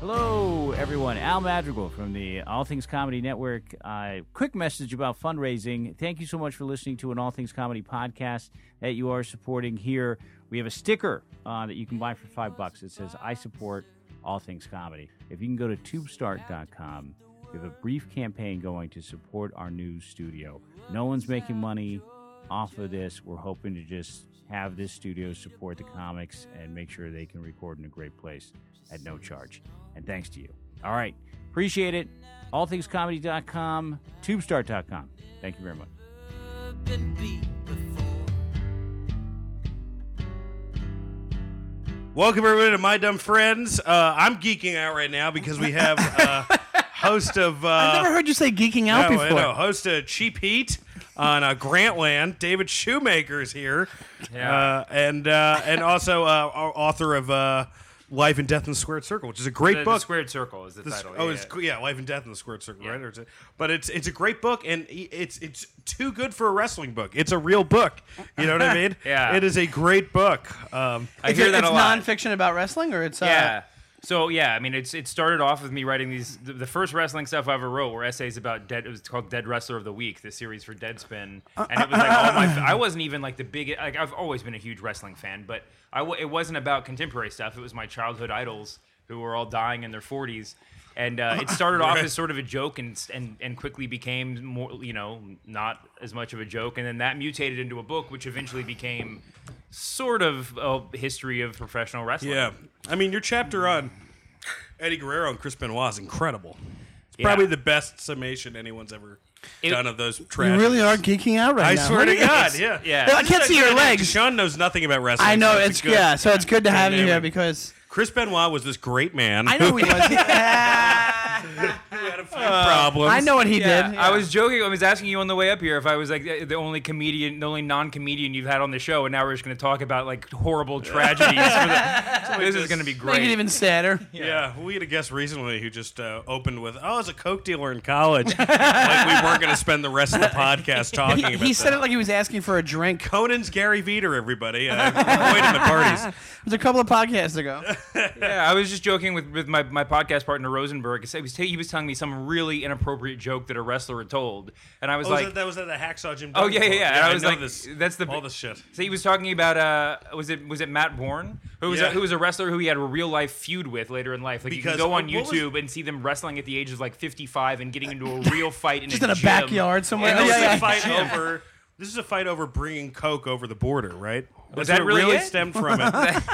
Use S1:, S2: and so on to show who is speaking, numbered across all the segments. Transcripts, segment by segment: S1: Hello, everyone. Al Madrigal from the All Things Comedy Network. Uh, quick message about fundraising. Thank you so much for listening to an All Things Comedy podcast that you are supporting here. We have a sticker uh, that you can buy for five bucks. It says, I support All Things Comedy. If you can go to tubestart.com, we have a brief campaign going to support our new studio. No one's making money off of this. We're hoping to just have this studio support the comics and make sure they can record in a great place at no charge. And thanks to you. All right. Appreciate it. AllThingsComedy.com, Tubestart.com. Thank you very much.
S2: been beat before.
S3: Welcome everybody to My Dumb Friends. Uh, I'm geeking out right now because we have uh, host of uh,
S4: I've never heard you say geeking
S3: no, I
S4: out before.
S3: know, host of Cheap Heat on uh, Grantland. David Shoemaker's here, uh, and uh, and also uh, au- author of uh, Life and Death in the Squared Circle, which is a great
S5: the,
S3: book.
S5: The Squared Circle is the,
S3: This-
S5: title.
S3: oh,
S5: yeah.
S3: it's cool. yeah, Life and Death in the Squared Circle, right? Or is it- But it's it's a great book, and i- it's it's too good for a wrestling book. It's a real book. You know what I mean?
S5: Yeah.
S3: it is a great book. Um,
S5: I
S4: It's,
S5: hear that
S4: it's
S5: a lot.
S4: nonfiction about wrestling, or it's uh,
S5: yeah. So yeah, I mean, it's it started off with me writing these. The, the first wrestling stuff I ever wrote were essays about dead. It was called Dead Wrestler of the Week, the series for Deadspin, and it was like all my. I wasn't even like the big. Like I've always been a huge wrestling fan, but I w- it wasn't about contemporary stuff. It was my childhood idols who were all dying in their forties. And uh, it started off as sort of a joke, and, and and quickly became more, you know, not as much of a joke, and then that mutated into a book, which eventually became sort of a history of professional wrestling.
S3: Yeah, I mean your chapter on Eddie Guerrero and Chris Benoit is incredible. It's probably the best summation anyone's ever
S5: It-
S3: done of those.
S4: You
S3: Tragedies.
S4: really are geeking out right
S3: I
S4: now.
S3: swear to God, yeah,
S5: Yeah.
S4: No, I can't see your legs.
S3: Sean knows nothing about wrestling.
S4: I know
S3: so
S4: it's
S3: a good-
S4: yeah. So it's good to have you
S3: name
S4: here
S3: it.
S4: because
S3: Chris Benoit was this great man.
S4: I know who he was.
S3: who had a few problems.
S4: I know what he did.
S5: I was joking. I was asking you on the way up here if I was like the the only comedian, the only non-comedian you've had on the show, and now we're just going to talk about like horrible tragedies. for the, this is going to be
S4: Make it
S5: great.
S4: even sadder.
S3: Yeah, we had a guest recently who just uh, opened with, "Oh, I was a coke dealer in college." like we weren't going to spend the rest of the podcast talking.
S4: He,
S3: about
S4: he said
S3: that.
S4: it like he was asking for a drink. It
S3: Conan's Gary Veter, everybody. Uh, avoid him at parties.
S4: was a couple of podcasts ago.
S5: yeah, I was just joking with, with my, my podcast partner Rosenberg. He was, t- he was telling me some really inappropriate joke that a wrestler had told, and I was
S3: Oh,
S5: like,
S3: was that, that was at the hacksaw Jim.
S5: Oh
S3: Duggan
S5: yeah, yeah.
S3: book.
S5: yeah. And I was
S3: know
S5: like,
S3: this,
S5: that's the
S3: all this shit.
S5: So he was talking about uh, was it was it Matt Bourne who was
S3: Yeah.
S5: a, who was a wrestler who he had a real life feud with later in life. Like
S3: Because-
S5: you can go on
S3: what was-
S5: YouTube and see them wrestling at the age of like fifty five and getting into a real fight in
S4: Just
S5: a
S4: in a
S5: gym.
S4: backyard somewhere.
S5: And
S3: This
S5: it was
S3: is
S4: Yeah,
S3: a
S5: like-
S3: fight over. This is a fight over bringing coke over the border, right?
S5: Was
S3: That's
S5: that
S3: what
S5: really
S3: really
S5: it?
S3: stemmed from it?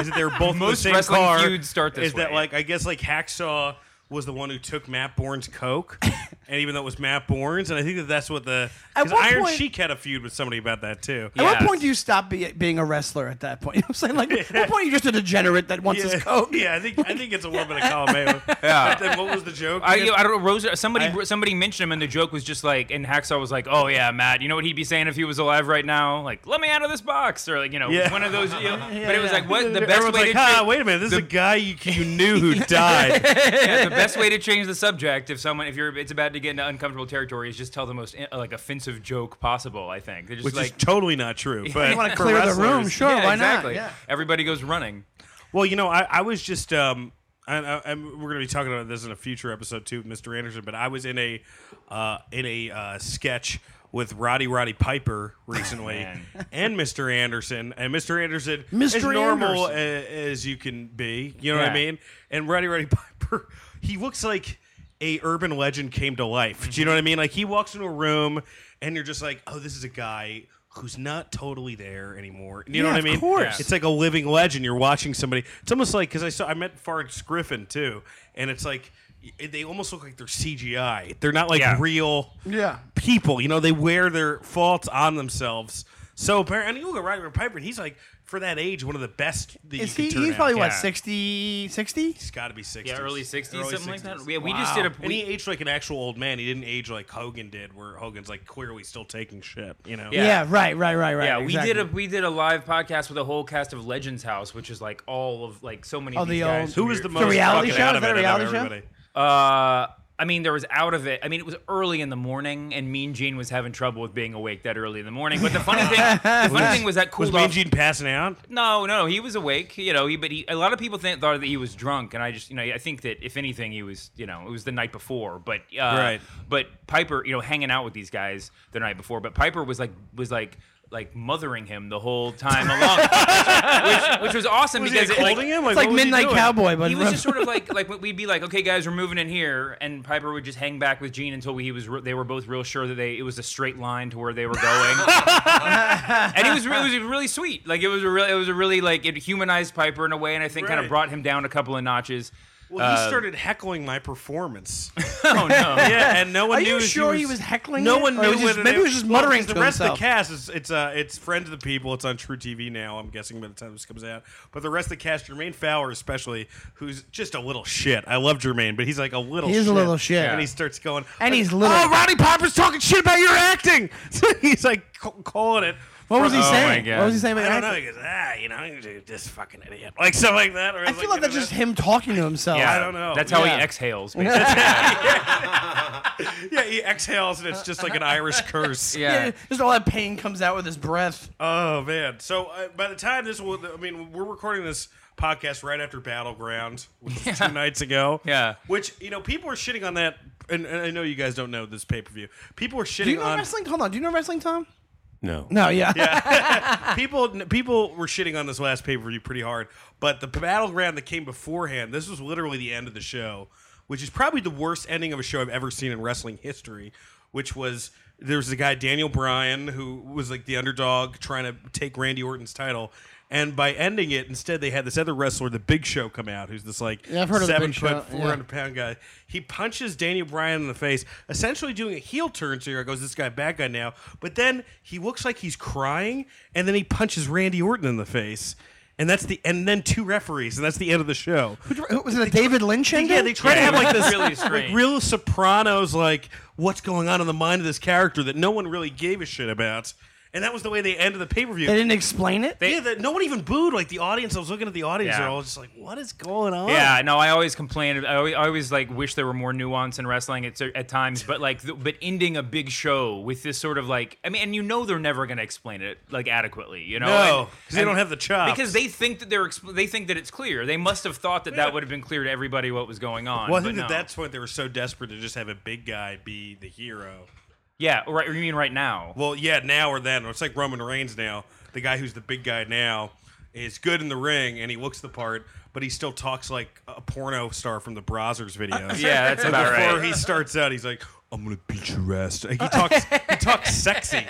S3: is that they were both in
S5: Most
S3: the same
S5: wrestling
S3: car?
S5: feuds start this
S3: is that
S5: way.
S3: like I guess like hacksaw was the one who took Matt Bourne's coke, and even though it was Matt Bourne's, and I think that that's what the
S4: At
S3: because
S4: one
S3: Iron
S4: point-
S3: Sheik had a feud with somebody about that too.
S4: At what
S5: Yeah.
S4: point do you stop be, being a wrestler at that point? You know what I'm saying? Like, at what point are you just a degenerate that wants
S3: Yeah,
S4: his coat?
S3: yeah, I think I think it's a little bit of column A. yeah. Then what was the joke?
S5: I, I don't know. Rose, somebody
S3: I-
S5: somebody mentioned him, and the joke was just like, and Hacksaw was like, "Oh yeah, Matt. You know what he'd be saying if he was alive right now? Like, let me out of this box, or like, you know,
S3: Yeah.
S5: one of those. You know, but it was
S4: yeah.
S5: like, what the best
S3: Everyone's
S5: way
S3: like,
S5: to
S3: ah,
S5: tra-
S3: wait a minute, this is a guy you, you knew who died.
S5: Yeah, the best way to change the subject if someone if you're it's about to get into uncomfortable territory is just tell the most uh, like offensive joke possible. I think they're just
S3: Which
S5: like
S3: is totally not true. But
S4: You want to
S3: for
S4: clear the
S3: wrestlers-
S4: room? Sure,
S5: yeah,
S4: Oh, why
S5: exactly.
S4: not? Yeah.
S5: Everybody goes running.
S3: Well, you know, I, I was just, um, and I, and we're going to be talking about this in a future episode too, Mr. Anderson. But I was in a, uh, in a uh, sketch with Roddy Roddy Piper recently, and Mr. Anderson, and Mr. Anderson, as
S4: Mr.
S3: normal a- as you can be, you know what I
S5: Yeah.
S3: mean? And Roddy Roddy Piper, he looks like a urban legend came to life. Do you know what I mean? Like he walks into a room, and you're just like, oh, this is a guy. Who's not totally there anymore? You know
S4: Yeah,
S3: what I
S4: of
S3: mean?
S4: course.
S3: It's like a living legend. You're watching somebody. It's almost like because I saw I met Forrest Griffin too, and it's like y- they almost look like they're CGI. They're not like
S5: Yeah.
S3: real
S4: Yeah.
S3: people. You know, they wear their faults on themselves. So apparently, and you look at Roddy Roddy Piper, and he's like for that age one of the best. That
S4: Is
S3: you
S4: he,
S3: can turn
S4: he's probably,
S3: out.
S4: what,
S5: Yeah.
S4: 60, 60?
S3: He's got to be sixty.
S5: Yeah, early '60s, something like that. Yeah, we just did
S4: Wow.
S5: a
S3: And he
S5: we,
S3: aged like an actual old man. He didn't age like Hogan did, where Hogan's like clearly still taking shit. You know.
S5: Yeah.
S4: Yeah. right, right, right, right.
S5: yeah, we did
S4: exactly.
S5: a we did a live podcast with a whole cast of Legends House, which is like all of like so many
S4: Oh,
S5: of these
S4: the
S5: guys.
S4: old-
S3: Who was
S5: are-
S3: the most
S4: reality
S3: fucking
S4: show?
S3: out
S4: Is
S3: of
S4: that a
S3: it out of
S4: reality show?
S3: everybody?
S5: Uh, I mean, there was out of it. I mean, it was early in the morning, and Mean Gene was having trouble with being awake that early in the morning. But the funny thing, the funny thing was that
S3: Was
S5: cooled
S3: Mean
S5: off.
S3: Gene passing out?
S5: No, no, he was awake. You know, he, but he, a lot of people think, thought that he was drunk, and I just, you know, I think that if anything, he was, you know, it was the night before. But uh,
S3: Right.
S5: But Piper, you know, hanging out with these guys the night before, but Piper was like, was like. Like mothering him the whole time along, which, which was awesome
S3: Was he
S5: because
S3: like,
S5: it, like,
S3: holding him?
S4: It's like
S3: what was he
S4: Midnight
S3: doing?
S4: Cowboy, but
S5: he was just sort of like like we'd be like, okay, guys, we're moving in here, and Piper would just hang back with Gene until we, he was re- they were both real sure that they it was a straight line to where they were going, and he was re- it was really sweet. Like it was a really it was a really like it humanized Piper in a way, and I think kind
S3: Right.
S5: of brought him down a couple of notches.
S3: Well, he
S5: Uh,
S3: started heckling my performance.
S5: Oh no.
S3: yeah, and no one
S4: Are
S3: knew
S4: you
S3: if
S4: sure he was heckling
S3: No
S4: it?
S3: one
S4: Or
S3: knew.
S4: was just-
S3: what
S4: maybe he was just muttering
S3: because
S4: to
S3: The rest of
S4: himself.
S3: the cast is it's uh it's friend of the people. It's on True TV now. I'm guessing by the time this comes out, but the rest of the cast, Jermaine Fowler especially, who's just a little shit. I love Jermaine, but he's like a little.
S4: He
S3: shit.
S4: is a little shit.
S5: Yeah.
S3: and he starts going.
S4: And
S3: like,
S4: he's little.
S3: Oh, Roddy Piper's talking shit about your acting. So he's like ca- calling it.
S4: What was
S3: from-
S4: he
S5: my
S4: saying?
S5: God.
S4: What was he saying?
S3: Oh I
S4: About
S3: don't
S4: that?
S3: know. He goes, ah, you know, this fucking idiot, like stuff like that. Or
S4: I feel like that's just him talking to himself.
S5: Yeah,
S3: I don't know.
S5: That's how
S4: Yeah.
S5: he exhales. Basically.
S3: Yeah, he exhales and it's just like an Irish curse.
S4: Yeah, just all that pain comes out with his breath.
S3: Oh man! So uh, by the time this will, I mean, we're recording this podcast right after Battleground, which was two nights ago.
S5: Yeah.
S3: Which you know, people are shitting on that, and, and I know you guys don't know this pay per view. People are shitting
S4: Do you know
S3: on
S4: wrestling? Hold on. Do you know wrestling, Tom?
S3: no,
S4: No. Yeah.
S3: people people were shitting on this last pay per view pretty hard, but the battleground that came beforehand, this was literally the end of the show, which is probably the worst ending of a show I've ever seen in wrestling history. Which was there was a guy Daniel Bryan who was like the underdog trying to take Randy Orton's title. And by ending it, instead they had this other wrestler, the Big Show, come out, who's this like
S4: Yeah, I've heard of the
S3: seven
S4: Big Show,
S3: foot,
S4: yeah.
S3: four hundred pound guy. He punches Daniel Bryan in the face, essentially doing a heel turn. So here goes this guy, bad guy now. But then he looks like he's crying, and then he punches Randy Orton in the face, and that's the and then two referees, and that's the end of the show.
S4: Was it a David Lynch ending?
S3: Yeah, they try to have like this
S5: Really
S3: like
S5: strange.
S3: real Sopranos, like what's going on in the mind of this character that no one really gave a shit about, and that was the way they ended the pay per
S4: They
S3: view.
S4: didn't explain it.
S3: Yeah, that no one even booed. Like the audience, I was looking at the audience,
S5: Yeah.
S3: they're all just like, "What is going on?"
S5: Yeah, no, I always complain. I always, I always like wish there were more nuance in wrestling at, cer- at times, but like, the, but ending a big show with this sort of like, I mean, and you know they're never going to explain it like adequately, you know?
S3: No,
S5: And-
S3: 'cause they
S5: and-
S3: don't have the chops.
S5: Because they think that they're exp- they think that it's clear. They must have thought that that would have been clear to everybody what was going on.
S3: Well, I
S5: but
S3: think
S5: no.
S3: at that point they were so desperate to just have a big guy be the hero.
S5: yeah. Right, you mean right now?
S3: Well, yeah, now or then. It's like Roman Reigns now. The guy who's the big guy now is good in the ring and he looks the part, but he still talks like a porno star from the Brazzers videos.
S5: yeah, that's about
S3: Before
S5: right.
S3: he starts out, he's like, "I'm gonna beat your ass." He talks, he talks sexy.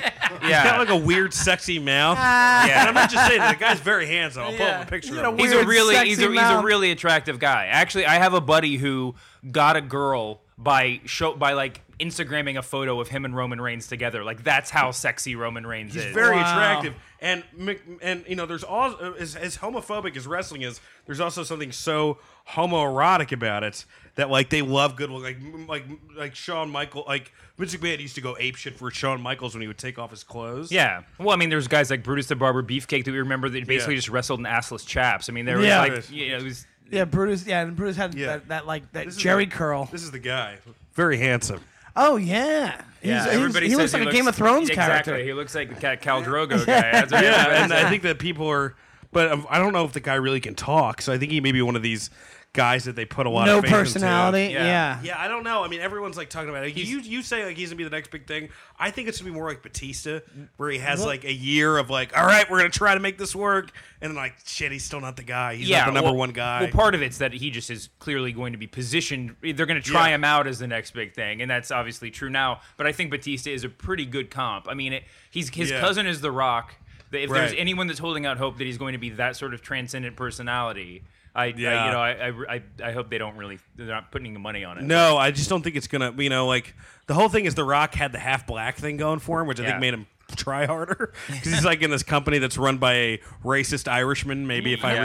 S3: He's
S5: Yeah.
S3: got like a weird, sexy mouth. yeah, and I'm not just saying that. The guy's very handsome. I'll pull
S4: Yeah.
S3: up a picture.
S4: He's
S3: of
S4: got a
S3: him.
S5: he's
S4: Weird,
S5: a really
S4: sexy
S5: he's a, he's a
S4: mouth.
S5: really attractive guy. Actually, I have a buddy who got a girl by show by like Instagramming a photo of him and Roman Reigns together. Like that's how sexy Roman Reigns
S3: He's
S5: is.
S3: very
S4: Wow.
S3: attractive, and Mc- and you know, there's all as, as homophobic as wrestling is. There's also something so homoerotic about it that like they love good like like like Shawn Michael like Vince McMahon used to go ape shit for Shawn Michaels when he would take off his clothes.
S5: yeah. Well, I mean, there's guys like Brutus the Barber Beefcake that we remember that basically
S3: Yeah.
S5: just wrestled in assless chaps. I mean, there was
S4: Yeah.
S5: like, you know, it was
S4: Yeah, Brutus. Yeah, and Brutus had
S3: Yeah.
S4: that, that like that
S3: This is
S4: Jerry
S3: the-
S4: curl.
S3: This is the guy, very handsome.
S4: Oh yeah.
S5: yeah.
S4: He's, he's,
S5: everybody
S4: he looks
S5: says
S4: like a Game of Thrones
S5: exactly.
S4: character.
S5: He looks like the Ca- Cal Drogo guy. That's what everybody
S3: Yeah, and
S5: says.
S3: I think that people are, but um, I don't know if the guy really can talk. So I think he may be one of these guys that they put a lot
S4: No
S3: of faith into.
S4: personality.
S5: Yeah.
S4: Yeah.
S3: Yeah, I don't know. I mean, everyone's like talking about it. You you say like he's gonna be the next big thing. I think it's gonna be more like Batista, where he has like a year of like, all right, we're gonna try to make this work, and like, shit, he's still not the guy. He's not the number
S5: well-
S3: one guy.
S5: Well, part of it's that he just is clearly going to be positioned. They're going to try
S3: Yeah.
S5: him out as the next big thing, and that's obviously true now. But I think Batista is a pretty good comp. I mean, it, he's his
S3: Yeah.
S5: cousin is The Rock. That If there's
S3: Right.
S5: anyone that's holding out hope that he's going to be that sort of transcendent personality, I,
S3: Yeah.
S5: I you know I, I- I I hope they don't really they're not putting the money on it.
S3: no, I just don't think it's gonna. You know, like the whole thing is the Rock had the half black thing going for him, which I
S5: Yeah.
S3: think made him try harder because he's like in this company that's run by a racist Irishman. Maybe if I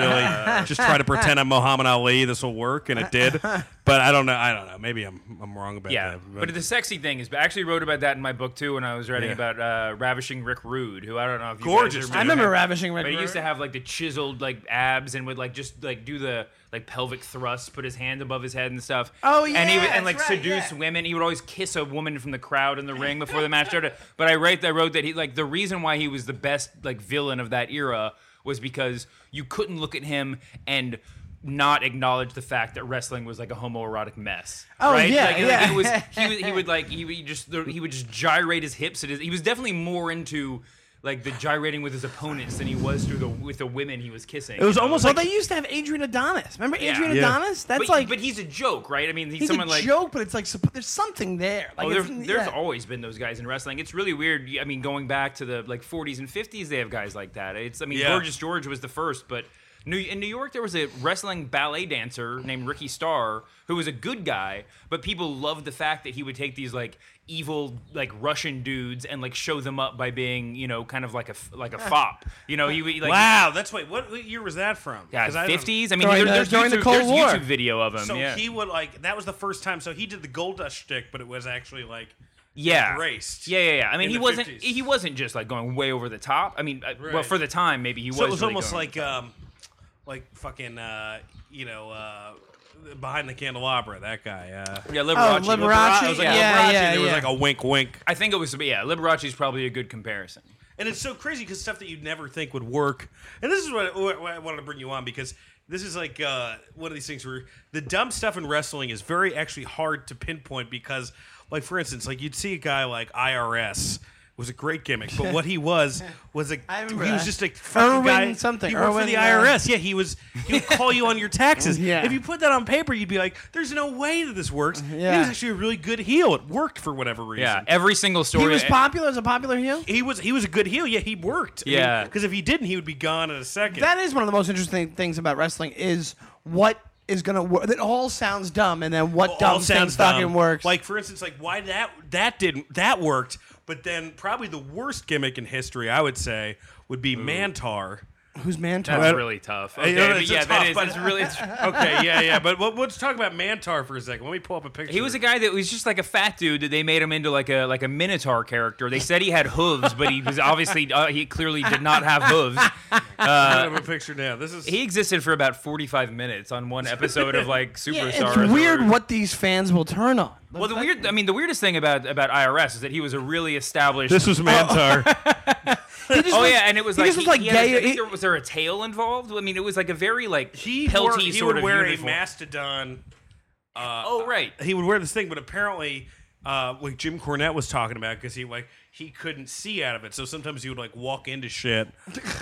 S3: really just try to pretend I'm Muhammad Ali, this will work, and it did. But I don't know. I don't know. Maybe I'm I'm wrong about
S5: Yeah,
S3: that.
S5: but the sexy thing is, I actually wrote about that in my book too when I was writing
S3: Yeah.
S5: about uh, ravishing Rick Rude, who I don't know if you guys
S3: Gorgeous,
S5: are-
S3: dude.
S4: I remember Ravishing Rick.
S5: But he
S4: Rude.
S5: used to have like the chiseled like abs and would like just like do the like pelvic thrusts, put his hand above his head and stuff.
S4: Oh,
S5: and he
S4: yeah,
S5: would,
S4: that's
S5: and like
S4: right,
S5: seduce
S4: yeah.
S5: women. He would always kiss a woman from the crowd in the ring before the match started. But I write I wrote that he like the reason why he was the best like villain of that era was because you couldn't look at him and not acknowledge the fact that wrestling was like a homoerotic mess.
S4: Oh,
S5: right?
S4: yeah,
S5: like, like,
S4: yeah.
S5: it was he would, he would like he would just he would just gyrate his hips. At his, he was definitely more into like the gyrating with his opponents than he was through the with the women he was kissing.
S3: It was almost
S4: Well,
S3: like
S4: they used to have Adrian Adonis. Remember Adrian
S3: Yeah.
S4: Adonis? That's
S5: but,
S4: like
S5: but he's a joke, right? I mean, he's,
S4: he's
S5: someone
S4: a
S5: like
S4: joke, but it's like supp- there's something there. Like
S5: Oh, there's,
S4: it's-
S5: there's
S4: yeah.
S5: always been those guys in wrestling. It's really weird. I mean, going back to the like 40s and 50s, they have guys like that. It's I mean,
S3: Yeah.
S5: Gorgeous George was the first, but New, in New York there was a wrestling ballet dancer named Ricky Starr who was a good guy, but people loved the fact that he would take these like evil like Russian dudes and like show them up by being you know kind of like a f- like a fop. You know, he would, like
S3: wow, that's wait. What, what year was that from?
S5: Yeah,
S3: 'Cause I don't-
S5: 50s. I mean,
S4: During
S5: there-
S4: the-
S5: there's,
S4: during the
S5: YouTube,
S4: Cold
S5: there's
S4: War.
S5: YouTube video of him.
S3: So
S5: yeah.
S3: he would like that was the first time. So he did the gold dust shtick, but it was actually like
S5: yeah.
S3: embraced
S5: Yeah, yeah, yeah. I mean,
S3: in
S5: he
S3: the
S5: wasn't
S3: 50s.
S5: he wasn't just like going way over the top. I mean, uh well,
S3: Right.
S5: for the time, maybe he
S3: So
S5: was.
S3: it was
S5: really
S3: almost
S5: going-
S3: like um, like fucking uh, you know, uh, behind the candelabra. That guy. Uh,
S5: yeah, Liberace.
S4: Oh, Liberace.
S3: it was like
S4: yeah,
S3: Liberace, and
S4: yeah,
S3: there was
S4: yeah.
S3: like a wink, wink.
S5: I think it was yeah. Liberace's probably a good comparison.
S3: And it's so crazy because stuff that you'd never think would work. And this is what, what, what I wanted to bring you on because this is like uh, one of these things where the dumb stuff in wrestling is very actually hard to pinpoint because, like, for instance, like you'd see a guy like IRS was a great gimmick, but what he was was a
S4: I
S3: he
S4: remember
S3: was
S4: that.
S3: just a fucking
S4: Irwin
S3: guy.
S4: something,
S3: He worked
S4: Irwin,
S3: for the
S4: uh,
S3: IRS. Yeah, he was. He would call you on your taxes.
S4: Yeah.
S3: If you put that on paper, you'd be like, "There's no way that this works." He
S4: Yeah.
S3: was actually a really good heel. It worked for whatever reason.
S5: Yeah, every single story. eh,
S4: He was popular as a popular heel.
S3: He was he was a good heel. Yeah, he worked.
S5: Yeah.
S3: because if he didn't, he would be gone in a second.
S4: That is one of the most interesting things about wrestling is what is gonna work. That all sounds dumb, and then what
S3: All
S4: dumb
S3: sounds
S4: sounds
S3: dumb.
S4: fucking works.
S3: Like for instance, like why that that didn't that worked, but then probably the worst gimmick in history, I would say, would be Mantar.
S4: who's Mantar?
S5: That's really tough.
S3: I
S5: Okay,
S3: know
S5: but
S3: it's a
S5: yeah,
S3: tough,
S5: that is.
S3: but-
S5: It's really.
S3: Okay, yeah, yeah, but let- let's talk about Mantar for a second. Let me pull up a picture.
S5: He was a guy that was just like a fat dude that they made him into like a like a minotaur character. They said he had hooves, but he was obviously uh, he clearly did not have hooves.
S3: I have a picture now. This is
S5: He existed for about forty five minutes on one episode of like
S4: Yeah,
S5: Superstars.
S4: it's
S5: or-
S4: weird what these fans will turn on.
S5: Well, the weird, I mean, the weirdest thing about about IRS is that he was a really established.
S3: was Mantar.
S4: He just
S5: oh
S4: was-
S5: yeah, and it was
S4: he
S5: like
S4: just was
S5: he-
S4: like
S5: he had a- I
S4: gay.
S5: think
S4: he-
S5: there- was there a tail involved? I mean, it was like a very like
S3: he
S5: pelty
S3: wore, he
S5: sort
S3: would
S5: of
S3: wear
S5: uniform.
S3: a mastodon
S5: Oh right.
S3: he would wear this thing, but apparently, uh, like Jim Cornette was talking about, because he like he couldn't see out of it, so sometimes he would like walk into shit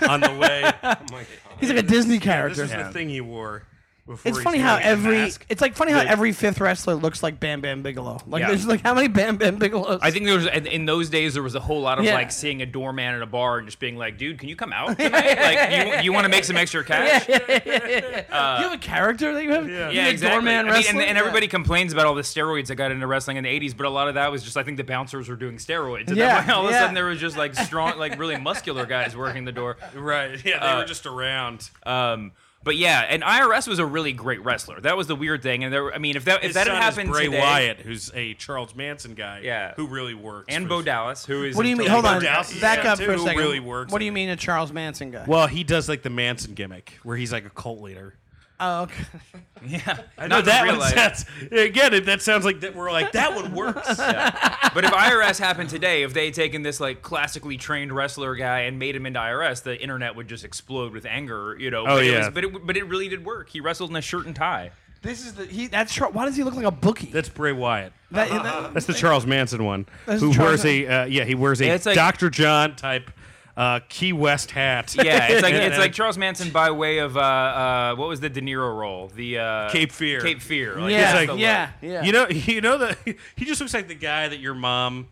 S3: on the way. oh my god!
S4: he's like a Disney
S3: This
S4: character.
S3: is the thing he wore. Before
S4: It's
S3: he
S4: funny how
S3: started his
S4: every
S3: mask.
S4: it's like funny how every fifth wrestler looks like Bam Bam Bigelow. Like
S5: Yeah.
S4: there's like how many Bam Bam Bigelows?
S5: I think there was in in those days there was a whole lot of
S4: Yeah.
S5: like seeing a doorman at a bar and just being like, "Dude, can you come out tonight? like, you, you want to make some extra cash?" Yeah,
S4: you
S3: Uh,
S4: have a character that you have. Yeah,
S5: exactly.
S4: Doorman
S5: I mean, and,
S4: wrestling?
S5: and
S4: Yeah.
S5: everybody complains about all the steroids that got into wrestling in the '80s, but a lot of that was just I think the bouncers were doing steroids, and
S4: Yeah,
S5: then all of a
S4: yeah.
S5: sudden there was just like strong, like really muscular guys working the door.
S3: right? Yeah, they
S5: Uh,
S3: were just around.
S5: Um, but yeah, and IRS was a really great wrestler. That was the weird thing. And there, I mean, if that if
S3: His
S5: that had
S3: son is
S5: happened
S3: Bray
S5: today,
S3: Wyatt, who's a Charles Manson guy,
S5: Yeah.
S3: who really works,
S5: and
S3: for
S5: Bo
S3: this-
S5: Dallas, who is
S4: What do you mean?
S5: totally-
S4: Hold on,
S3: Dallas is
S4: back
S3: that
S4: up
S3: too,
S4: for a
S3: who
S4: second.
S3: really works
S4: what do
S3: in
S4: you
S3: it.
S4: mean a Charles Manson guy?
S3: Well, he does like the Manson gimmick, where he's like a cult leader.
S4: Oh, okay.
S5: Yeah, I
S3: No, that one sounds again. It, that sounds like that. We're like that one works.
S5: But if IRS happened today, if they had taken this like classically trained wrestler guy and made him into IRS, the internet would just explode with anger. You know?
S3: Oh,
S5: but It
S3: yeah.
S5: was, but it but it really did work. He wrestled in a shirt and tie.
S4: This is the he. That's Char- why does he look like a bookie?
S3: That's Bray Wyatt.
S4: That- that-
S3: That's the Charles Manson one.
S4: That's
S3: who
S4: Charles
S3: wears a uh, yeah, he wears a
S5: Yeah, it's like-
S3: Dr. John type uh, Key West hat.
S5: Yeah, it's like
S3: And
S5: it's
S3: then-
S5: like Charles Manson by way of uh, uh, what was the De Niro role? The uh,
S3: Cape Fear.
S5: Cape Fear. Like,
S4: Yeah,
S5: that's
S3: like-
S5: the look.
S4: yeah, yeah.
S3: You know, you know that he just looks like the guy that your mom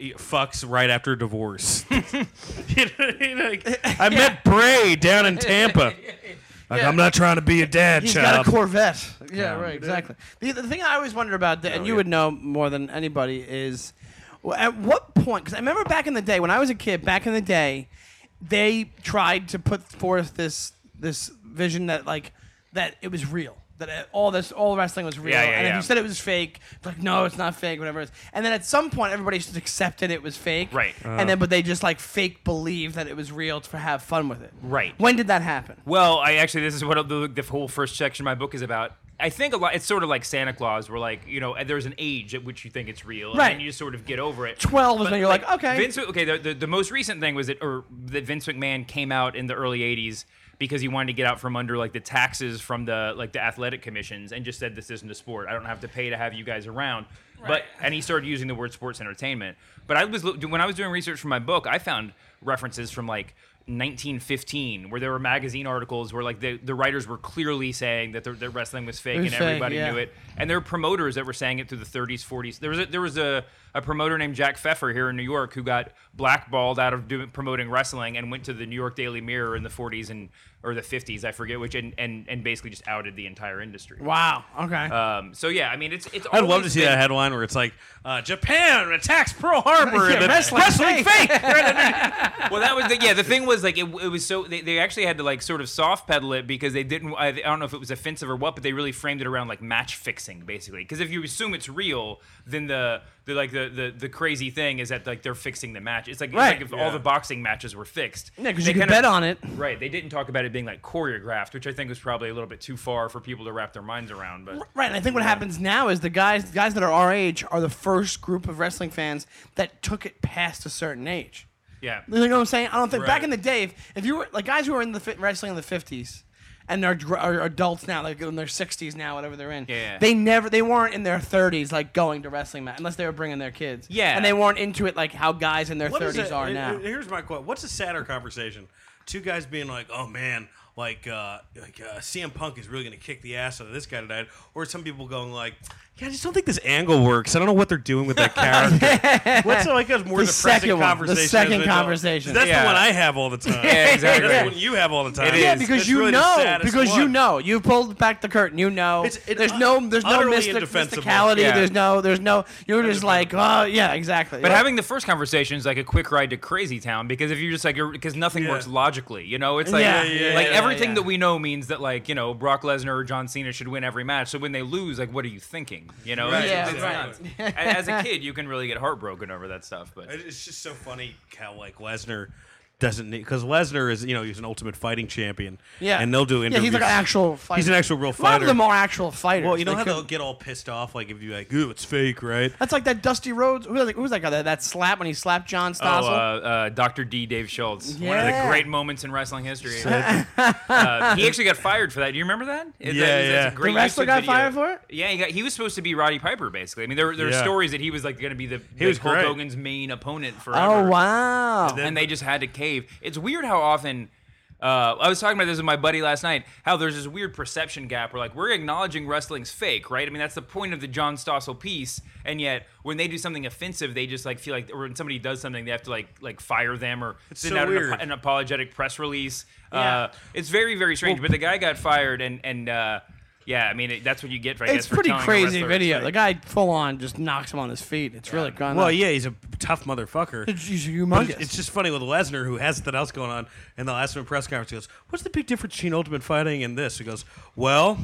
S3: eh, fucks right after a divorce. You know, you know, like, I met Bray down in Tampa. Like, I'm not trying to be a dad,
S4: He's
S3: child.
S4: got a Corvette. Yeah, right, exactly. The, the thing I always wondered about, that, and you would know more than anybody, is well, at what point? Because I remember back in the day when I was a kid. Back in the day, they tried to put forth this this vision that like that it was real. that it- all this all wrestling was real.
S5: Yeah, yeah,
S4: and if
S5: yeah.
S4: you said it was fake, it's like no, it's not fake, whatever it is. And then at some point everybody just accepted it was fake.
S5: Right. Uh.
S4: And then but they just like fake believed that it was real to have fun with it.
S5: Right.
S4: When did that happen?
S5: Well, I actually, this is what the, the whole first section of my book is about. I think a lot. It's sort of like Santa Claus, where like you know, there's an age at which you think it's real, and
S4: Right.
S5: then you just sort of get over it.
S4: 12 is when you're like, okay.
S5: Vince. Okay, the, the the most recent thing was that, or that Vince McMahon came out in the early '80s because he wanted to get out from under like the taxes from the like the athletic commissions, and just said this isn't a sport. I don't have to pay to have you guys around. But and he started using the word sports entertainment. But I was lo- when I was doing research for my book, I found references from like 1915 where there were magazine articles where like the, the writers were clearly saying that the, the wrestling was fake
S4: It was
S5: and
S4: fake,
S5: everybody
S4: yeah.
S5: knew it and there were promoters that were saying it through the 30s 40s there was a, there was a, a promoter named jack pfeffer here in new york who got blackballed out of doing, promoting wrestling and went to the new york daily mirror in the 40s and or the 50s i forget which and and, and basically just outed the entire industry
S4: Wow. Okay.
S3: Uh,
S5: um, so yeah i mean it's it's
S3: I'd love
S5: always
S3: to see
S5: been-
S3: that headline where it's like uh, Japan attacks Pearl Harbor
S4: Yeah,
S3: and then
S4: wrestling
S3: wrestling,
S4: fake.
S3: fake.
S5: well, that was the, yeah. The thing was like it, it was so they, they actually had to like sort of soft pedal it because they didn't. I, I don't know if it was offensive or what, but they really framed it around like match fixing basically. Because if you assume it's real, then the the like the, the the crazy thing is that like they're fixing the match. It's like, it's
S4: Right.
S5: like if
S3: Yeah.
S5: all the boxing matches were fixed.
S4: yeah, because
S5: They
S4: you can
S5: kinda-
S4: bet on it.
S5: Right. They didn't talk about it being like choreographed, which I think was probably a little bit too far for people to wrap their minds around. But
S4: Right, and I think what happens now is the guys guys that are our age are the first group of wrestling fans that took it past a certain age.
S5: yeah,
S4: You know what I'm saying? I don't think back
S5: Right.
S4: in the day, if, if you were like guys who were in the fi- wrestling in the 50s and they're gr- are adults now, like in their 60s now, whatever they're in,
S5: Yeah.
S4: they never they weren't in their 30s like going to wrestling match unless they were bringing their kids.
S5: Yeah.
S4: and they weren't into it like how guys in their
S3: What is
S4: 30s
S3: it-
S4: are
S3: it-
S4: now.
S3: it- Here's my quote. What's a sadder conversation? Two guys being like, "Oh man, like uh, like uh, CM Punk is really gonna kick the ass out of this guy tonight," or some people going like, "Yeah, I just don't think this angle works. I don't know what they're doing with that character." What's like a more
S4: The
S3: depressing
S4: second one. The
S3: conversation? as
S4: second
S3: an adult?
S4: conversation.
S3: That's
S5: Yeah.
S3: the one I have all the time.
S5: Yeah, exactly.
S3: That's the one you have all the time.
S5: It
S4: yeah,
S5: is.
S4: because
S3: It's
S4: you
S3: really the
S4: know,
S3: saddest
S4: because you
S3: one.
S4: know, you pulled back the curtain. You know,
S3: It's- it-
S4: there's no,
S3: ut-
S4: there's no
S3: utterly
S4: mystic,
S3: indefensible.
S4: mysticality.
S5: Yeah.
S4: There's no, there's no. You're just like, oh yeah, exactly.
S5: But
S4: Yeah.
S5: having the first conversation is like a quick ride to crazy town because if you're just like because nothing
S3: Yeah.
S5: works logically, you know, it's like
S4: Yeah, yeah,
S5: like
S4: yeah,
S5: everything
S4: yeah.
S5: that we know means that like you know Brock Lesnar or John Cena should win every match. So when they lose, like what are you thinking? You know,
S3: Right,
S5: It's- it's
S3: yeah,
S5: nuts. A- As a kid, you can really get heartbroken over that stuff. But
S3: It- It's just so funny how like Lesnar doesn't need because Lesnar is you know he's an Ultimate Fighting champion.
S4: Yeah.
S3: and they'll do
S4: Yeah,
S3: interviews.
S4: he's like "Ah, an actual fighter.
S3: He's an actual real
S4: A lot of
S3: fighter.
S4: them are actual fighters.
S3: Well, you know
S4: They
S3: how
S4: couldn't-
S3: they'll get all pissed off like if you like, ooh, it's fake, right?
S4: That's like that Dusty Rhodes. Who was, like, who was that guy? That, that slap when he slapped John
S5: oh, uh,
S4: Stossel.
S5: uh, Dr. D. Dave Schultz, one of
S4: Yeah.
S5: the great moments in wrestling history. Uh, he actually got fired for that. Do you remember that? Is
S3: Yeah,
S5: that, is-
S3: yeah.
S5: That's a great
S4: The wrestler
S5: YouTube
S4: got
S5: video.
S4: fired for it?
S5: Yeah, he, got, he was supposed to be Roddy Piper, basically. I mean, there, there
S3: Yeah.
S5: are stories that he was like going to be the, he
S3: was
S5: Hulk
S3: great.
S5: Hogan's main opponent forever.
S4: oh wow.
S5: and they just had to cave. It's weird how often. Uh, I was talking about this with my buddy last night. How there's this weird perception gap where like we're acknowledging wrestling's fake, right? I mean that's the point of the John Stossel piece, and yet when they do something offensive, they just like feel like, or when somebody does something, they have to like like fire them or send
S3: so
S5: out an,
S3: weird.
S5: ap- an apologetic press release.
S4: Yeah.
S5: Uh, it's very very strange. but the guy got fired, and and uh, yeah, I mean it, that's what you get. I guess,
S4: It's
S5: for
S4: pretty
S5: telling a
S4: crazy
S5: wrestler it's
S4: video.
S5: fake.
S4: The guy full on just knocks him on his feet. It's really gone.
S3: well,
S4: up.
S3: yeah, he's a tough motherfucker.
S4: It's, it's
S3: But
S4: humongous.
S3: it's, it's just funny with Lesnar, who has that else going on, and they'll ask him in a press conference. He goes, "What's the big difference between Ultimate Fighting and this?" He goes, "Well,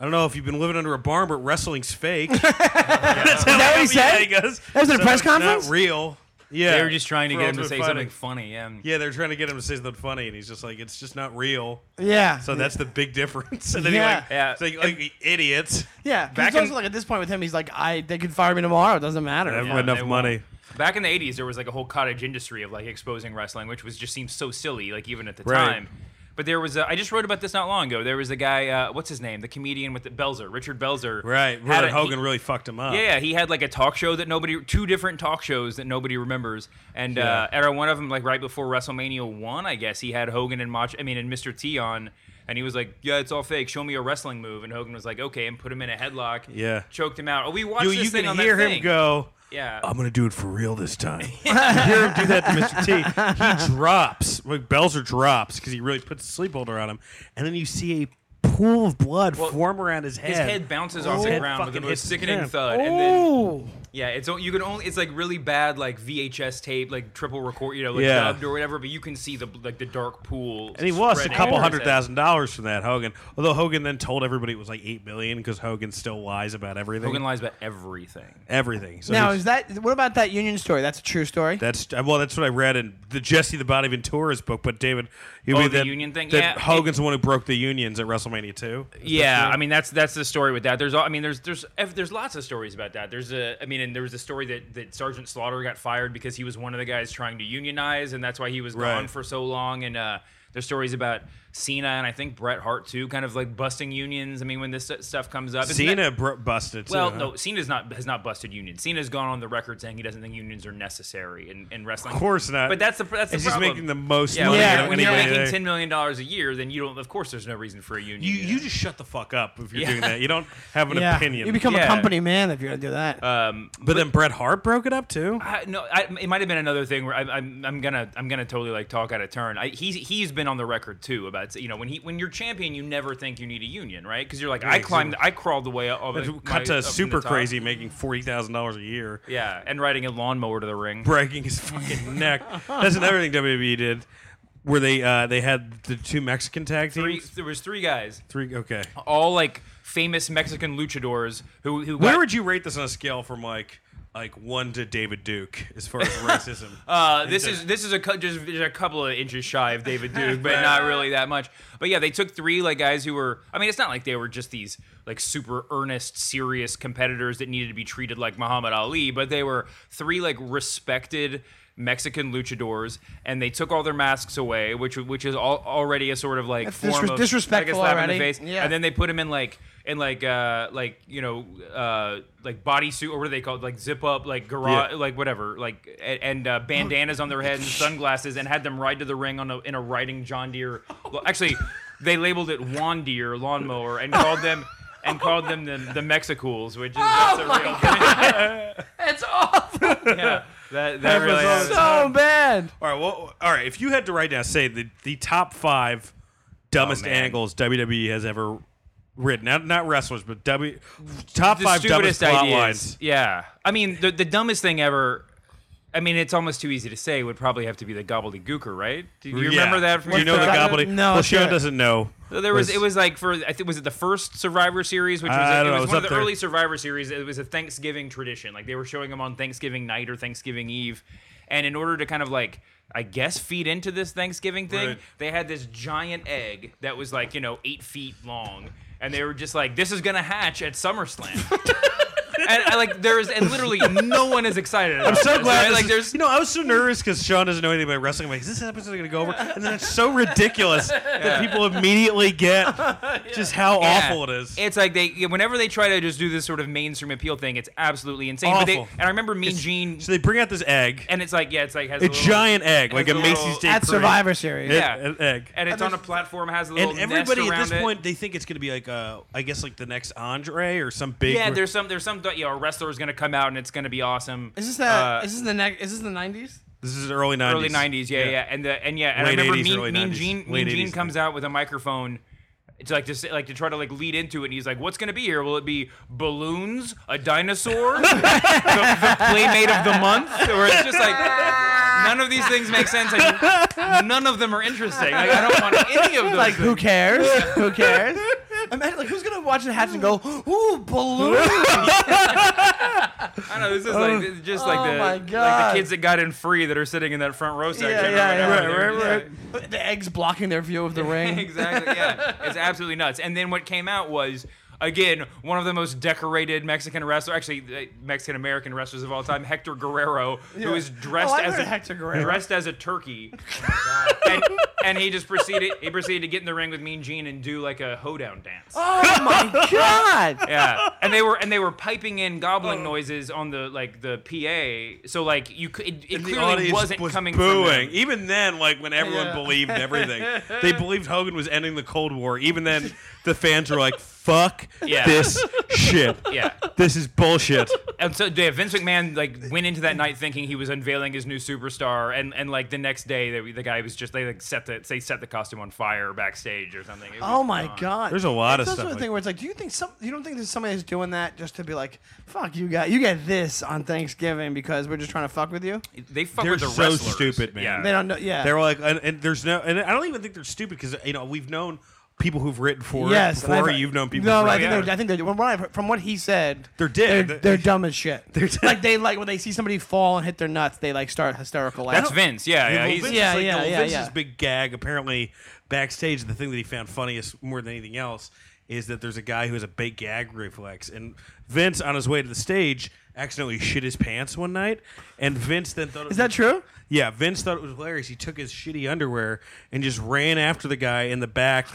S3: I don't know if you've been living under a barn, but wrestling's fake." That's how
S4: that what he said?
S3: He goes,
S4: That was at a
S3: "So
S4: press
S3: it's not
S4: conference?
S3: real. Yeah,
S5: They were just trying to
S3: for
S5: get him to
S3: Ultimate
S5: say
S3: Fighting.
S5: something funny. Yeah.
S3: Yeah, they're trying to get him to say something funny, and he's just like, "It's just not real."
S4: yeah.
S3: So that's the big difference. And then
S4: Yeah.
S3: he like,
S5: Yeah.
S3: it's like, like, idiots.
S4: yeah. Back
S5: Back
S4: also
S5: in-
S4: like at this point with him, he's like, I they could fire me tomorrow. It doesn't matter.
S3: Never
S5: Yeah,
S3: enough
S5: they
S3: money.
S5: Back in the 80s, there was like a whole cottage industry of like exposing wrestling, which was just seemed so silly, like even at the
S3: Right.
S5: time. But there was, a, I just wrote about this not long ago. There was a guy, uh, what's his name? The comedian with the Belzer, Richard Belzer.
S3: Right.
S5: Had
S3: Robert
S5: a-
S3: Hogan
S5: he-
S3: really fucked him up.
S5: yeah, he had like a talk show that nobody, two different talk shows that nobody remembers, and uh, at one of them, like right before WrestleMania one, I guess he had Hogan and Mach, I mean, and Mr. T on, and he was like, "Yeah, it's all fake. Show me a wrestling move." And Hogan was like, "Okay," and put him in a headlock.
S3: Yeah.
S5: choked him out. Oh, we watched
S3: You,
S5: this
S3: you
S5: thing
S3: can
S5: on
S3: hear
S5: that
S3: him
S5: thing.
S3: go,
S5: Yeah,
S3: I'm going to do it for real this time. you hear him do that to Mr. T. He drops. Like Belzer drops because he really puts a sleepholder on him. And then you see a pool of blood
S5: Well,
S3: form around his head.
S5: His head bounces off
S3: His
S5: the
S3: head
S5: ground with the
S3: fucking Oh,
S5: most
S3: hits the
S5: sickening
S3: ground.
S5: thud, and then
S4: Ooh.
S5: Yeah, it's o- you can only it's like really bad like VHS tape like triple record you know like
S3: Yeah.
S5: dubbed or whatever, but you can see the like the dark pool.
S3: And he lost a
S5: spreading
S3: couple
S5: over his
S3: hundred
S5: head.
S3: thousand dollars from that Hogan. Although Hogan then told everybody it was like eight billion because Hogan still lies about everything.
S5: Hogan lies about everything.
S3: everything. So
S4: Now
S3: he's-
S4: is that what about that union story? That's a true story.
S3: That's uh, well. That's what I read in the Jesse the Body Ventura's book. But David, you
S5: Oh,
S3: mean
S5: the
S3: that-
S5: union thing?
S3: That
S5: Yeah,
S3: Hogan's the one who broke the unions at WrestleMania two.
S5: Yeah, I mean that's that's the story with that. There's all- I mean there's there's ev- there's lots of stories about that. There's a I mean and there was a story that that Sergeant Slaughter got fired because he was one of the guys trying to unionize and that's why he was gone
S3: Right.
S5: for so long and uh there's stories about Cena and I think Bret Hart too kind of like busting unions. I mean when this stu- stuff comes up it's
S3: Cena
S5: not-
S3: bro- busted. Too,
S5: well,
S3: huh?
S5: no, Cena's not has not busted unions. Cena's gone on the record saying he doesn't think unions are necessary in, in wrestling.
S3: of course not.
S5: But that's the that's the
S3: He's just
S5: problem.
S3: making the most
S5: yeah,
S3: money.
S4: Yeah,
S5: yeah,
S3: out of
S5: when you're
S3: anybody
S5: making
S3: there.
S5: ten million dollars a year, then you don't. Of course, there's no reason for a union.
S3: you you just shut the fuck up if you're
S5: Yeah.
S3: doing that. You don't have an opinion. Uh,
S4: You become a
S5: Yeah.
S4: company man if you're gonna do that.
S5: um,
S3: but, then Bret Hart broke it up too.
S5: I, no, I, it might have been another thing where I, I'm, I'm gonna, I'm gonna totally like talk out of turn. I, he's, he's been on the record too about you know when he, when you're champion, you never think you need a union, right? Because you're like, I climbed, I crawled the way up.
S3: But
S5: my-
S3: cut
S5: up
S3: to
S5: from
S3: super
S5: the top.
S3: crazy, making forty thousand dollars a year.
S5: Yeah, and riding a lawnmower to the ring.
S3: breaking his fucking neck. That's another thing WWE did, where they uh, they had the two Mexican tag
S5: Three,
S3: teams.
S5: there was three guys,
S3: Three, okay.
S5: all like famous Mexican luchadors who, who.
S3: Where
S5: got-
S3: would you rate this on a scale from like like one to David Duke as far as racism?
S5: Uh, this is this is a cou- just, just a couple of inches shy of David Duke, but not really that much. But yeah, they took three like guys who were. I mean, it's not like they were just these like super earnest, serious competitors that needed to be treated like Muhammad Ali, but they were three like respected Mexican luchadors, and they took all their masks away, which which is all, already a sort of like
S4: That's
S5: form
S4: disres-
S5: of
S4: disrespectful
S5: like a slap in
S4: already.
S5: the face.
S4: Yeah.
S5: And then they put him in like in like uh like you know uh like bodysuit or what are they called like zip up like garage
S3: Yeah.
S5: like whatever like a- and uh, bandanas on their head and sunglasses and had them ride to the ring on a, in a riding John Deere. Well, actually, they labeled it Juan Deere lawnmower and called them and called them the the Mexicools, which is that's a real
S4: That's awful.
S5: thing. Yeah, that that really
S3: awesome.
S5: is.
S4: so bad.
S3: all right, well, all right. If you had to write down, say the the top five dumbest
S5: Oh, man.
S3: angles WWE has ever written, not not wrestlers, but W top
S5: the
S3: five dumbest
S5: stupidest
S3: plot
S5: ideas.
S3: lines.
S5: Yeah, I mean the the dumbest thing ever. I mean, it's almost too easy to say. Would probably have to be the gobbledygooker, right? Do you
S3: Yeah.
S5: remember that? From
S3: Do you know the
S4: that?
S3: gobbledygook?
S4: No,
S3: well,
S4: it's
S3: Sean
S4: good.
S3: doesn't know.
S5: So there was, it was like for I think was it the first Survivor Series, which was,
S3: I
S5: it
S3: don't know, it
S5: was
S3: was
S5: one of
S3: up
S5: the
S3: there.
S5: early Survivor Series. It was a Thanksgiving tradition, like they were showing them on Thanksgiving night or Thanksgiving Eve, and in order to kind of like I guess feed into this Thanksgiving thing,
S3: Right.
S5: they had this giant egg that was like you know eight feet long, and they were just like this is gonna hatch at SummerSlam. And I, like there is, and literally no one is excited. About
S3: I'm so
S5: this,
S3: glad.
S5: right?
S3: Like,
S5: Like
S3: is,
S5: there's
S3: you know, I was so nervous because Sean doesn't know anything about wrestling. I'm like, is this episode going to go over? And then it's so ridiculous that people immediately get just how
S5: Yeah.
S3: awful it is.
S5: It's like they whenever they try to just do this sort of mainstream appeal thing, it's absolutely insane. But they,
S3: Awful.
S5: and I remember Mean Gene,
S3: so they bring out this egg,
S5: and it's like yeah, it's like has
S3: a
S5: little-
S3: giant egg,
S5: has
S3: like a
S5: a
S3: Macy's
S5: little-
S3: Day
S4: At
S3: Parade.
S4: Survivor Series.
S3: An-
S5: Yeah.
S3: an egg.
S5: and it's on a platform, has a little
S3: And everybody
S5: nest
S3: at this
S5: around it.
S3: point, they think it's going to be like, uh, I guess, like the next Andre or some big.
S5: yeah, there's some there's some you know a wrestler is gonna come out and it's gonna be awesome.
S4: Is this that?
S5: Uh,
S4: Is this the next? Is this the nineties?
S3: this is early 90s.
S5: early '90s. Yeah, yeah, and the and yeah, and
S3: Late
S5: I remember
S3: 80s, early
S5: Mean, mean
S3: 90s.
S5: Gene.
S3: Late
S5: Mean Gene
S3: 80s.
S5: comes out with a microphone. To like to say, like to try to like lead into it, and he's like, "What's gonna be here? Will it be balloons, a dinosaur, the, the playmate of the month?" Or it's just like none of these things make sense. and none of them are interesting. Like, I don't want any of those.
S4: Like
S5: things.
S4: who cares? who cares? Imagine like who's gonna watch the hatch and go, ooh, balloon.
S5: I know this is like this is just like
S4: Oh
S5: the
S4: my
S5: like
S4: God.
S5: the kids that got in free that are sitting in that front row section. or
S4: yeah, yeah.
S5: whatever.
S3: Right, right,
S5: Yeah.
S4: the eggs blocking their view of the ring.
S5: exactly. Yeah, it's absolutely nuts. And then what came out was again one of the most decorated Mexican wrestler, actually uh, Mexican American wrestlers of all time, Hector Guerrero, who is dressed
S4: Oh, I
S5: as
S4: heard
S5: a
S4: Hector Guerrero.
S5: dressed as a turkey, Oh and, and he just proceeded he proceeded to get in the ring with Mean Gene and do like a hoedown dance.
S4: Oh my god! Oh.
S5: Yeah, and they were and they were piping in gobbling noises on the like the PA, so like you could it, it
S3: And the
S5: clearly
S3: audience
S5: wasn't
S3: was
S5: coming from
S3: booing.
S5: them.
S3: Even then, like when everyone
S4: Yeah.
S3: believed everything, they believed Hogan was ending the Cold War. Even then, the fans were like, fuck
S5: Yeah.
S3: this shit.
S5: Yeah.
S3: This is bullshit.
S5: And so yeah, Vince McMahon like went into that night thinking he was unveiling his new superstar, and, and like the next day, the, the guy was just they like set the they set the costume on fire backstage or something. It was
S4: Oh my
S5: gone.
S4: god!
S3: There's a lot
S4: It's
S3: of
S4: also
S3: stuff
S4: a
S3: like
S4: thing where it's like, do you think some? You don't think there's somebody that's doing that just to be like, fuck you got you get this on Thanksgiving because we're just trying to fuck with you?
S3: Uh,
S5: They fuck
S3: They're
S5: with the
S3: so
S5: wrestlers.
S3: stupid, man.
S5: Yeah.
S4: They don't know. Yeah,
S3: They were like, and, and there's no, and I don't even think they're stupid because you know we've known people who've written for
S4: yes.
S3: it
S4: and
S3: before.
S4: I've-
S3: You've known people.
S4: No,
S3: who've
S4: I
S3: written
S4: think
S3: for it.
S4: they're, I think they're from what I, from what he said.
S3: They're dead.
S4: They're, they're dumb as shit.
S3: They're dead.
S4: like they like when they see somebody fall and hit their nuts, they like start hysterical.
S5: That's
S4: laughing.
S5: Vince. Yeah, yeah.
S3: well,
S5: He's,
S3: Vince
S4: Yeah,
S3: is like,
S4: yeah,
S3: well,
S4: yeah,
S3: Vince's
S4: yeah.
S3: big gag apparently backstage. The thing that he found funniest more than anything else is that there's a guy who has a big gag reflex, and Vince on his way to the stage accidentally shit his pants one night, and Vince then thought it
S4: Is that true?
S3: Yeah, Vince thought it was hilarious. He took his shitty underwear and just ran after the guy in the back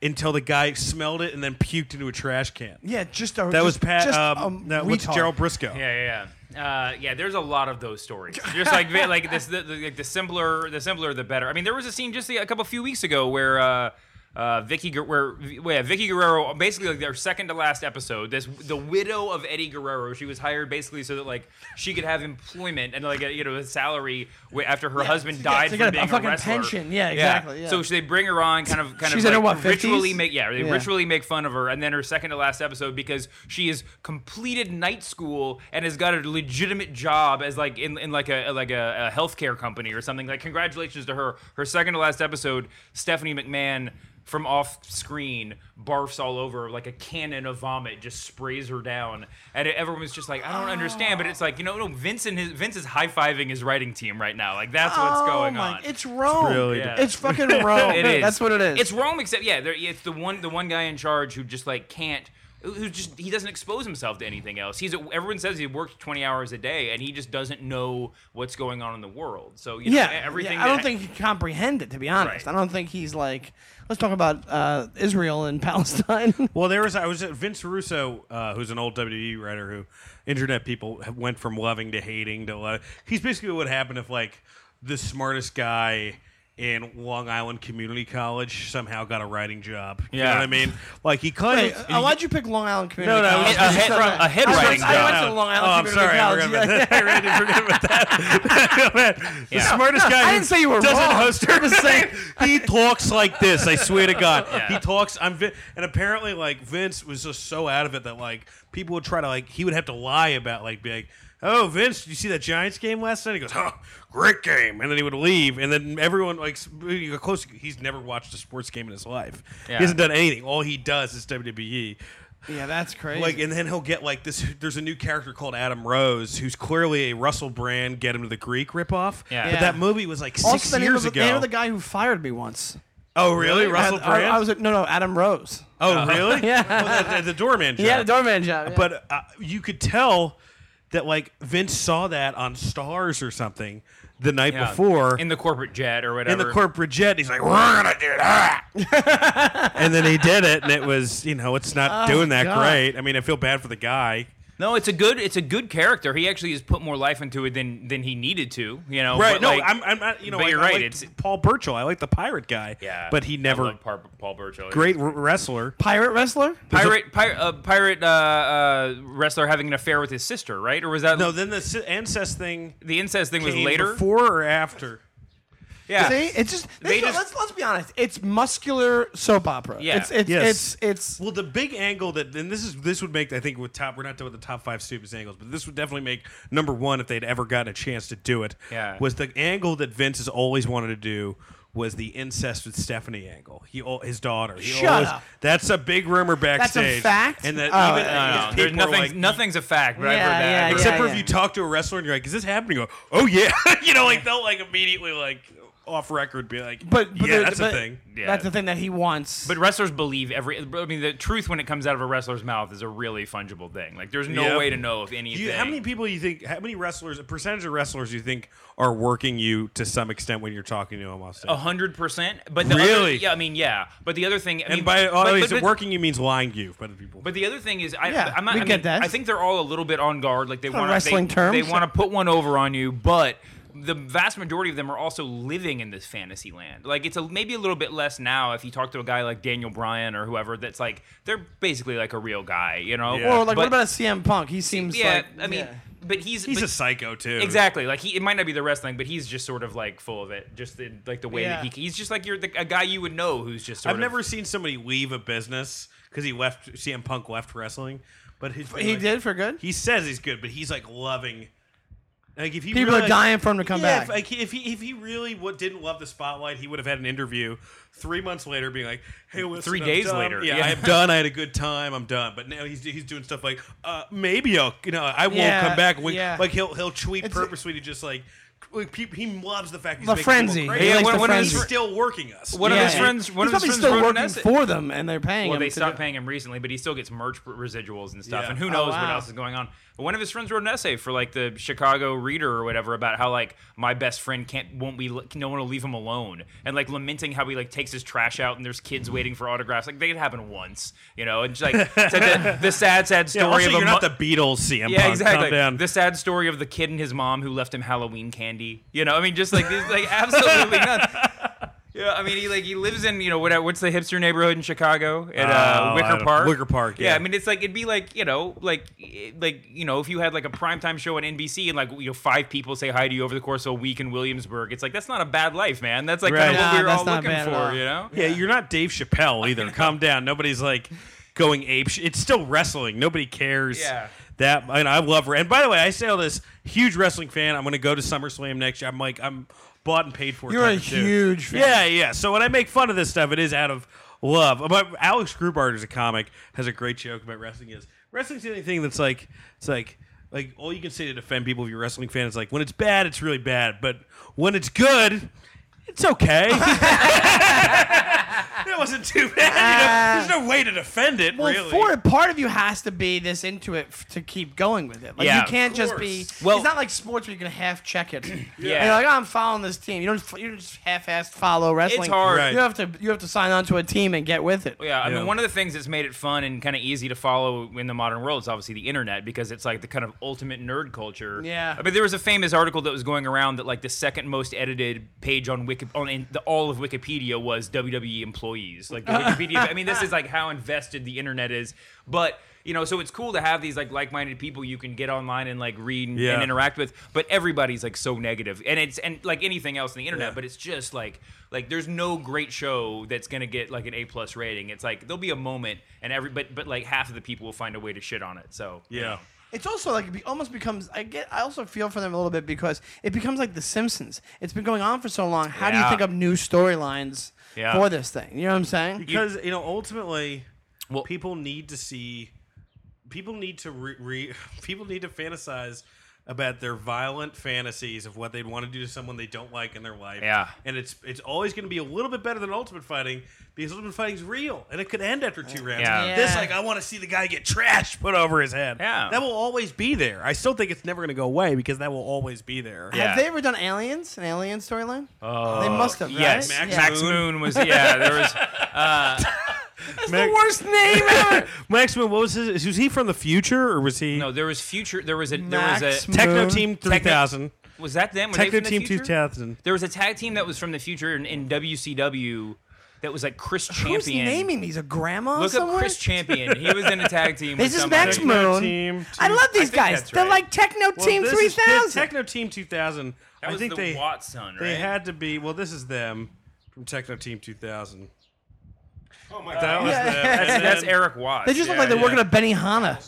S3: until the guy smelled it and then puked into a trash can.
S4: Yeah, just a,
S3: That
S4: just,
S3: was Pat.
S4: Just,
S3: um,
S4: um,
S3: no, what's
S4: retard.
S3: Gerald Briscoe?
S5: Yeah, yeah, yeah. Uh, yeah, there's a lot of those stories. Just like vi- like this, the, the, like the simpler, the simpler, the better. I mean, there was a scene just a couple few weeks ago where. Uh, uh, Vicky, Guer- where well, yeah, Vicky Guerrero, basically like their second to last episode. This the widow of Eddie Guerrero. She was hired basically so that like she could have employment and like a, you know a salary wa- after her husband
S4: yeah,
S5: died
S4: so you
S5: from
S4: got a
S5: being
S4: fucking
S5: wrestler.
S4: pension. Yeah, exactly, yeah.
S5: So she- they bring her on, kind of, kind
S4: She's in
S5: of
S4: her,
S5: like
S4: what, 50s?
S5: ritually make yeah, they
S4: Yeah.
S5: ritually make fun of her, and then her second to last episode because she has completed night school and has got a legitimate job as like in, in like a like a, a healthcare company or something. Like congratulations to her. Her second to last episode, Stephanie McMahon from off screen barfs all over like a cannon of vomit just sprays her down and it- everyone was just like i don't understand but it's like you know no vince and his vince is high-fiving his writing team right now like that's what's
S4: Oh
S5: going
S4: my-
S5: on
S4: It's Rome. It's,
S3: really
S5: Yeah. depressing.
S4: fucking
S3: Oh,
S4: Rome.
S5: it is.
S4: That's what it is.
S5: It's Rome, except yeah, there, it's the one the one guy in charge who just like can't. Who just he doesn't expose himself to anything else. He's everyone says he works twenty hours a day and he just doesn't know what's going on in the world. So you know, e,
S3: e-,
S4: yeah,
S5: everything.
S4: yeah, I don't
S5: that-
S4: think he can comprehend it. To be honest,
S5: Right.
S4: I don't think he's like. Let's talk about uh, Israel and Palestine.
S3: Well, there was I was at Vince Russo, uh, who's an old WWE writer who internet people have- went from loving to hating to love. He's basically what happened if like the smartest guy in Long Island Community College somehow got a writing job. You know
S5: Yeah.
S3: what I mean? Like he kind
S4: Wait,
S3: of
S4: uh, why'd you pick Long Island
S3: No,
S4: Community?
S3: no,
S4: College?
S3: it was
S4: It's
S5: a
S4: not
S5: head-
S4: that-
S5: a head
S4: I went-
S5: writing
S4: I went
S5: job.
S4: to Long Island
S3: Oh, I'm sorry.
S4: Community
S3: I
S4: College.
S3: forgot
S4: yeah,
S3: about that. I really forgot about that. the smartest guy
S4: I
S3: who
S4: didn't say you were
S3: doesn't
S4: wrong.
S3: host her.
S4: I'm just saying-
S3: he talks like this. I swear to God, he talks. I'm Vin- and apparently like Vince was just so out of it that like people would try to like he would have to lie about like being. Like, Oh, Vince, did you see that Giants game last night? He goes, huh, great game. And then he would leave. And then everyone, like, s- you got close. He's never watched a sports game in his life.
S5: Yeah.
S3: He hasn't done anything. All he does is WWE.
S4: Yeah, that's crazy.
S3: Like, and then he'll get like this. There's a new character called Adam Rose, who's clearly a Russell Brand get him to the Greek ripoff.
S5: Yeah.
S3: But
S5: Yeah.
S3: that movie was like six
S4: also, the name,
S3: years
S4: of the,
S3: ago.
S4: name of the guy who fired me once.
S3: oh, really, Russell
S4: Ad- I,
S3: Brand?
S4: I was at, no, no, Adam Rose.
S3: oh,
S5: Uh-huh.
S3: really? yeah. the, the- the doorman. Job.
S4: He had a doorman job. yeah.
S3: But uh, you could tell that like Vince saw that on Stars or something the night
S5: yeah.
S3: before
S5: in the corporate jet or
S3: in
S5: whatever.
S3: the corporate jet. He's like, we're gonna do that, and then he did it, and it was you know it's
S5: Oh,
S3: not doing that
S4: God.
S3: great. I mean, I feel bad for the guy.
S5: No, it's a good it's a good character. He actually has put more life into it than than he needed to. You know,
S3: Right.
S5: But,
S3: no,
S5: like,
S3: I'm, I'm not, you know,
S5: but
S3: like,
S5: you're
S3: I
S5: right,
S3: liked
S5: it's-
S3: Paul Burchill. I like the pirate guy.
S5: yeah,
S3: But he
S5: I
S3: never
S5: love Par- Paul Burchill.
S3: great r- wrestler.
S4: pirate wrestler.
S5: pirate pirate uh, pirate uh, uh, wrestler having an affair with his sister, right? Or was that
S3: No, then the si- incest thing
S5: the incest thing was
S3: came
S5: later?
S3: before or after.
S5: yeah.
S4: See, it's just,
S5: They
S4: they
S5: just-
S4: let's let's be honest. It's muscular soap opera.
S5: Yeah.
S4: It's it's
S3: Yes.
S4: it's it's
S3: Well, the big angle that and this is this would make I think with top we're not doing the top five stupidest angles, but this would definitely make number one if they'd ever gotten a chance to do it.
S5: Yeah.
S3: was the angle that Vince has always wanted to do was the incest with Stephanie angle. He al- his daughter. He
S4: Shut
S3: always-
S4: up.
S3: That's a big rumor
S4: a
S3: backstage.
S4: fact?
S3: And that
S4: Oh,
S3: even
S4: no,
S3: and
S5: No,
S3: his
S5: there's
S3: people were
S5: nothing.
S3: like,
S5: nothing's a fact, but I've
S4: Yeah,
S5: heard that.
S4: yeah,
S5: I've heard
S3: Except
S4: yeah,
S3: for
S4: yeah.
S3: if you talk to a wrestler and you're like, "Is this happening?" You go, "Oh yeah," you know, like they'll like immediately like off record be like,
S4: but,
S3: yeah,
S4: but there-
S3: that's
S4: but
S3: a thing."
S5: Yeah.
S4: That's the thing that he wants.
S5: But wrestlers believe every. I mean, the truth when it comes out of a wrestler's mouth is a really fungible thing. Like, there's no
S3: Yeah.
S5: way to know if anything.
S3: You, how many people you think? How many wrestlers? A percentage of wrestlers you think are working you to some extent when you're talking to them off stage?
S5: A hundred percent. But the Other,
S3: Really?
S5: yeah, I mean, yeah. But the other thing, I mean,
S3: and by
S5: but-
S3: always
S5: but- but-
S3: working, you means lying to you, by the people.
S5: But the other thing is, I,
S4: Yeah,
S5: I'm not,
S4: we
S5: I
S4: get
S5: mean,
S4: that.
S5: I think they're all a little bit on guard. Like they
S4: a
S5: want
S4: wrestling
S5: they,
S4: term.
S5: They want to put one over on you, but the vast majority of them are also living in this fantasy land. Like it's a, maybe a little bit less now if you talk to a guy like Daniel Bryan or whoever that's like they're basically like a real guy, you know.
S3: Yeah.
S4: Or like,
S5: But-
S4: what about a CM Punk? He seems
S5: yeah,
S4: like
S5: I mean,
S4: yeah.
S5: but he's
S3: He's
S5: but-
S3: a psycho too.
S5: Exactly. Like he, it might not be the wrestling, but he's just sort of like full of it. Just the, like the way
S4: Yeah.
S5: that he, he's just like you're the, a guy you would know who's just. Sort
S3: I've
S5: of,
S3: never seen somebody leave a business because he left CM Punk left wrestling, but his,
S4: he did for good.
S3: He says he's good, but he's like loving. Like if he
S4: People
S3: really-
S4: are dying for him to come
S3: Yeah,
S4: back.
S3: If, like if he if he really w- didn't love the spotlight, he would have had an interview three months later, being like, "Hey, listen,
S5: Three
S3: I'm
S5: days
S3: done.
S5: later.
S3: yeah,
S5: Yeah.
S3: I'm done. I had a good time. I'm done." But now he's he's doing stuff like, uh, "Maybe I'll you know I won't
S4: Yeah,
S3: come back." We-
S4: yeah.
S3: Like he'll he'll tweet
S4: It's-
S3: purposely to just like. Like peop he loves the fact he's
S4: The
S3: making people
S4: frenzy.
S3: crazy.
S4: He likes
S5: Yeah,
S4: the
S5: one of his
S3: he's
S4: frenzy.
S3: still working us.
S5: One of
S4: Yeah.
S5: his friends. One
S4: he's
S5: of
S4: probably
S5: his friends
S4: still
S5: wrote an
S4: working
S5: essay.
S4: for them, and they're paying
S5: Well,
S4: him.
S5: they
S4: to
S5: stopped
S4: do-
S5: paying him recently, but he still gets merch r- residuals and stuff.
S3: Yeah. Oh,
S5: And who knows what
S4: wow.
S5: else is going on? But one of his friends wrote an essay for like the Chicago Reader or whatever about how like my best friend can't won't be no one will leave him alone and like lamenting how he like takes his trash out and there's kids waiting for autographs. Like they could happen once, you know. And just, like said the, the sad, sad
S3: yeah,
S5: story
S3: also,
S5: of a
S3: you're not
S5: mo-
S3: the Beatles, CM
S5: Yeah,
S3: Punk.
S5: exactly.
S3: Calm down.
S5: The sad story of the kid and his mom who left him Halloween candy. You know, I mean, just like this, like absolutely none. Yeah, I mean, he like he lives in you know what? What's the hipster neighborhood in Chicago at
S3: Oh,
S5: uh,
S3: I
S5: Wicker
S3: don't-
S5: Park?
S3: Wicker Park, yeah.
S5: I mean, it's like it'd be like you know, like eh, like you know, if you had like a primetime show on NBC and like you know five people say hi to you over the course of a week in Williamsburg, it's like that's not a bad life, man. That's like
S3: Right.
S5: kind of what
S4: Nah,
S5: we were
S4: that's
S5: all
S4: not
S5: looking
S4: bad at
S5: for,
S4: all.
S5: you know?
S3: Yeah, you're not Dave Chappelle either. Calm down. Nobody's like going ape. Sh- it's still wrestling. Nobody cares.
S5: Yeah.
S3: That and I love. And by the way, I say all this huge wrestling fan. I'm going to go to SummerSlam next year. I'm like I'm bought and paid for.
S4: You're a
S3: type of dude.
S4: huge fan.
S3: Yeah, yeah. So when I make fun of this stuff, it is out of love. But Alex Grubart is a comic. Has a great joke about wrestling. Is wrestling's the only thing that's like it's like. Like all you can say to defend people if you're a wrestling fan is like when it's bad, it's really bad, but when it's good, it's okay. That wasn't too bad. you know? there's no way to defend it,
S4: Well,
S3: really.
S4: for it, part of you has to be this into it f- to keep going with it. Like
S5: Yeah,
S4: you
S5: of
S4: can't just be.
S5: Well-
S4: it's not like sports where you can half check it.
S5: Yeah.
S4: you're like oh, I'm following this team. You don't. f- You don't just half-assed follow wrestling.
S5: hard.
S3: Right.
S4: You have to. You have to sign on to a team and get with it.
S5: Yeah, I
S3: Yeah.
S5: mean, one of the things that's made it fun and kind of easy to follow in the modern world is obviously the internet because it's like the kind of ultimate nerd culture.
S4: Yeah.
S5: I mean, there was a famous article that was going around that like the second most edited page on Wiki on in the, all of Wikipedia was WWE employees. Like the Wikipedia. I mean, this is like how invested the internet is, but. You know, so it's cool to have these like like-minded people you can get online and like read and,
S3: Yeah.
S5: and interact with. But everybody's like so negative, and it's and like anything else on the internet.
S3: Yeah.
S5: But it's just like like there's no great show that's gonna get like an A plus rating. It's like there'll be a moment, and every but but like half of the people will find a way to shit on it. So
S3: yeah.
S4: It's also like it be, almost becomes. I get. I also feel for them a little bit because it becomes like The Simpsons. It's been going on for so long. How do you
S5: Yeah.
S4: think of new storylines
S5: Yeah.
S4: for this thing? You know what I'm saying?
S3: Because, you know, ultimately,
S5: Well-
S3: people need to see, people need to re, re people need to fantasize about their violent fantasies of what they'd want to do to someone they don't like in their life.
S5: Yeah.
S3: And it's it's always going to be a little bit better than Ultimate Fighting because Ultimate Fighting's real and it could end after two rounds.
S5: Yeah.
S4: Yeah.
S3: This, like, I want to see the guy get trash put over his head.
S5: Yeah.
S3: That will always be there. I still think it's never going to go away because that will always be there.
S5: Yeah.
S4: Have they ever done Aliens? An Alien storyline? Oh, they must have.
S5: yes,
S4: right?
S3: Max
S5: Max,
S4: Yeah.
S5: Moon. was yeah there was
S3: Max-
S4: the worst name ever.
S3: Max Moon, what was his? Was he from the future or was he
S5: no there was future there was a there
S4: Max
S5: was a
S4: Moon.
S3: Techno
S4: Moon.
S3: Team Three Thousand?
S5: was that them Were they
S3: Techno
S5: from the
S3: Team Two
S5: future?
S3: Thousand.
S5: There was a tag team that was from the future in, in WCW that was like Chris
S4: Who's
S5: Champion.
S4: naming these? A grandma?
S5: Look
S4: somewhere?
S5: up Chris Champion. He was in a tag team.
S4: This
S5: with
S4: is
S5: somebody.
S4: Max Moon.
S3: Team
S4: I
S3: two-
S4: love
S5: I
S4: these
S5: think
S4: guys.
S5: that's
S4: They're
S5: right.
S4: like Techno
S3: Well,
S4: Team
S3: this
S4: Three
S3: is- this
S4: Thousand.
S3: Techno Team Two Thousand.
S5: That
S3: I
S5: was
S3: think
S5: the
S3: they
S5: Watson, right?
S3: they had to be. Well, this is them from Techno Team Two Thousand. Oh my god, that was
S4: Yeah.
S3: them.
S5: That's,
S3: And
S5: that's
S3: then-
S5: Eric Watts.
S4: They just look
S3: Yeah,
S4: like they're
S3: yeah.
S4: working at Benihana.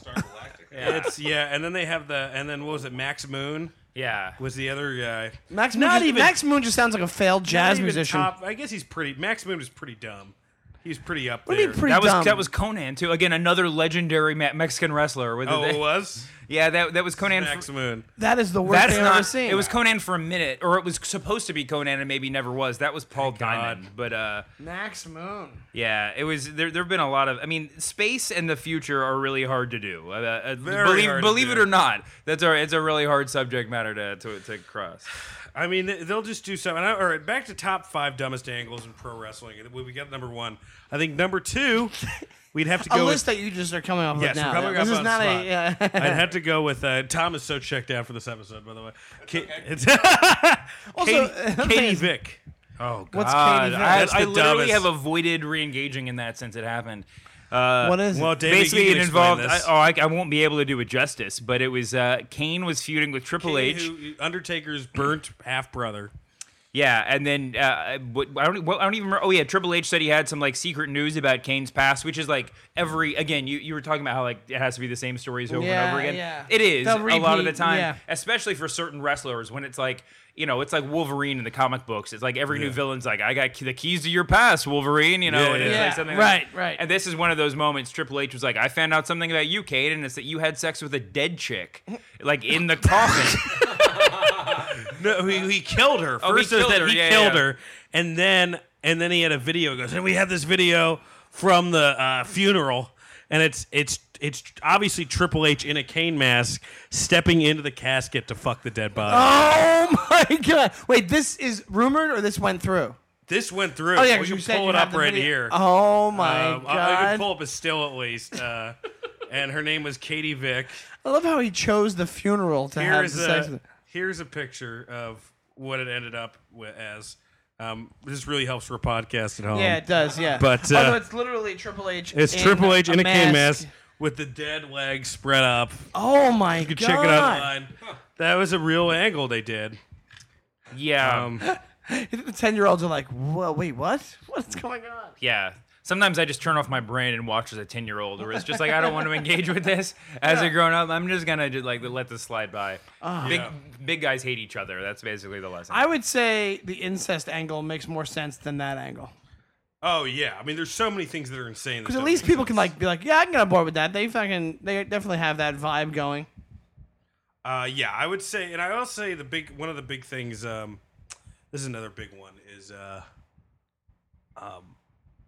S3: It's yeah, and then they have the and then what was it? Max Moon
S5: yeah.
S3: was the other guy.
S4: Max Moon.
S3: Not
S4: just,
S3: even-
S4: Max Moon just sounds like a failed
S3: Not
S4: jazz
S3: even
S4: musician.
S3: top- I guess he's pretty. Max Moon is pretty dumb. He's pretty up
S4: What do you
S3: there.
S4: mean pretty
S5: That was
S4: dumb?
S5: that was Conan too. Again, another legendary Me- Mexican wrestler. With
S3: Oh,
S5: the-
S3: it was
S5: yeah, that that was Conan.
S3: Max
S5: for,
S3: Moon.
S4: That is the worst
S5: that's
S4: thing I've ever
S5: not.
S4: seen.
S5: It was Conan for a minute, or it was supposed to be Conan, and maybe never was. That was Paul Diamond. But uh,
S4: Max Moon.
S5: yeah, it was. There there've been a lot of. I mean, space and the future are really hard to do. Uh, uh,
S3: Very
S5: believe
S3: hard to
S5: believe
S3: do.
S5: it or not, that's a it's a really hard subject matter to to, to cross.
S3: I mean, th- they'll just do something. All right, back to top five dumbest angles in pro wrestling. We we got number one. I think number two We'd have to
S4: a
S3: go
S4: list
S3: with.
S4: that you just are coming up
S3: Yes,
S4: with
S3: we're
S4: now.
S3: coming
S4: this
S3: up
S4: is
S3: on
S4: not
S3: the spot.
S4: a. Yeah.
S3: I'd have to go with. Uh, Tom is so checked out for this episode, by the way. Ka- It's
S4: Also,
S3: Katie, Katie Vick.
S5: Oh God!
S4: What's Katie Vick?
S5: I,
S3: That's the
S5: I literally
S3: dumbest.
S5: have avoided re-engaging in that since it happened. Uh,
S4: what is
S3: Well,
S4: it?
S3: David,
S5: basically,
S3: you
S5: it
S3: can
S5: involved. I,
S3: This.
S5: oh, I, I won't be able to do it justice, but it was uh, Kane was feuding with Triple
S3: Katie,
S5: H.
S3: who- uh, Undertaker's burnt half brother.
S5: Yeah, and then uh, what, I don't. What, I don't even. remember. Oh yeah, Triple H said he had some like secret news about Kane's past, which is like every. Again, you, you were talking about how like it has to be the same stories over
S4: Yeah,
S5: and over again.
S4: yeah.
S5: It is
S4: They'll
S5: a lot of the
S4: repeat,
S5: time,
S4: yeah.
S5: especially for certain wrestlers when it's like you know it's like Wolverine in the comic books. It's like every new villain's like I got key- the keys to your past, Wolverine. You know,
S3: Yeah,
S5: and it's
S3: yeah.
S5: like
S4: Yeah,
S5: something
S4: right,
S5: like-
S4: right.
S5: And this is one of those moments. Triple H was like, I found out something about you, Kane, and it's that you had sex with a dead chick, like in the coffin.
S3: No, he, he killed her. First
S5: Oh, he
S3: is
S5: killed
S3: that
S5: her,
S3: he
S5: yeah,
S3: killed
S5: yeah.
S3: her, and then and then he had a video. He goes and we have this video from the uh, funeral, and it's it's it's obviously Triple H in a cane mask stepping into the casket to fuck the dead body.
S4: Oh my god! Wait, this is rumored or this went through?
S3: This went through.
S4: Oh yeah, 'cause
S3: we
S4: you
S3: can
S4: said
S3: pull
S4: you
S3: it
S4: have
S3: up
S4: the
S3: right
S4: video.
S3: here.
S4: Oh my
S3: Um, I- I
S4: god!
S3: can pull up a still at least. Uh, and her name was Katie Vick.
S4: I love how he chose the funeral to have
S3: Here's
S4: the sex
S3: a
S4: with.
S3: here's a picture of what it ended up with as. Um, this really helps for a podcast at home.
S4: Yeah, it does. Yeah,
S3: But, uh,
S4: although it's literally Triple H.
S3: It's
S4: in
S3: Triple H in a cane
S4: mask.
S3: mask with the dead leg spread up.
S4: Oh my
S3: You can
S4: god!
S3: check it out online. That was a real angle they did.
S5: yeah.
S3: Um,
S4: The ten-year-olds are like, "Whoa, wait, what? What's going on?"
S5: Yeah. Sometimes I just turn off my brain and watch as a 10 year old, or it's just like, I don't want to engage with this. As a grown up, I'm just going to like let this slide by. big,
S3: Yeah.
S5: big guys hate each other. That's basically the lesson.
S4: I would say the incest angle makes more sense than that angle
S3: oh yeah, I mean, there's so many things that are insane.
S4: because at least people can like be like, "Yeah, I can get on board with that." They fucking they definitely have that vibe going.
S3: Uh, yeah, I would say, and I will say the big one of the big things. Um, this is another big one is uh, um,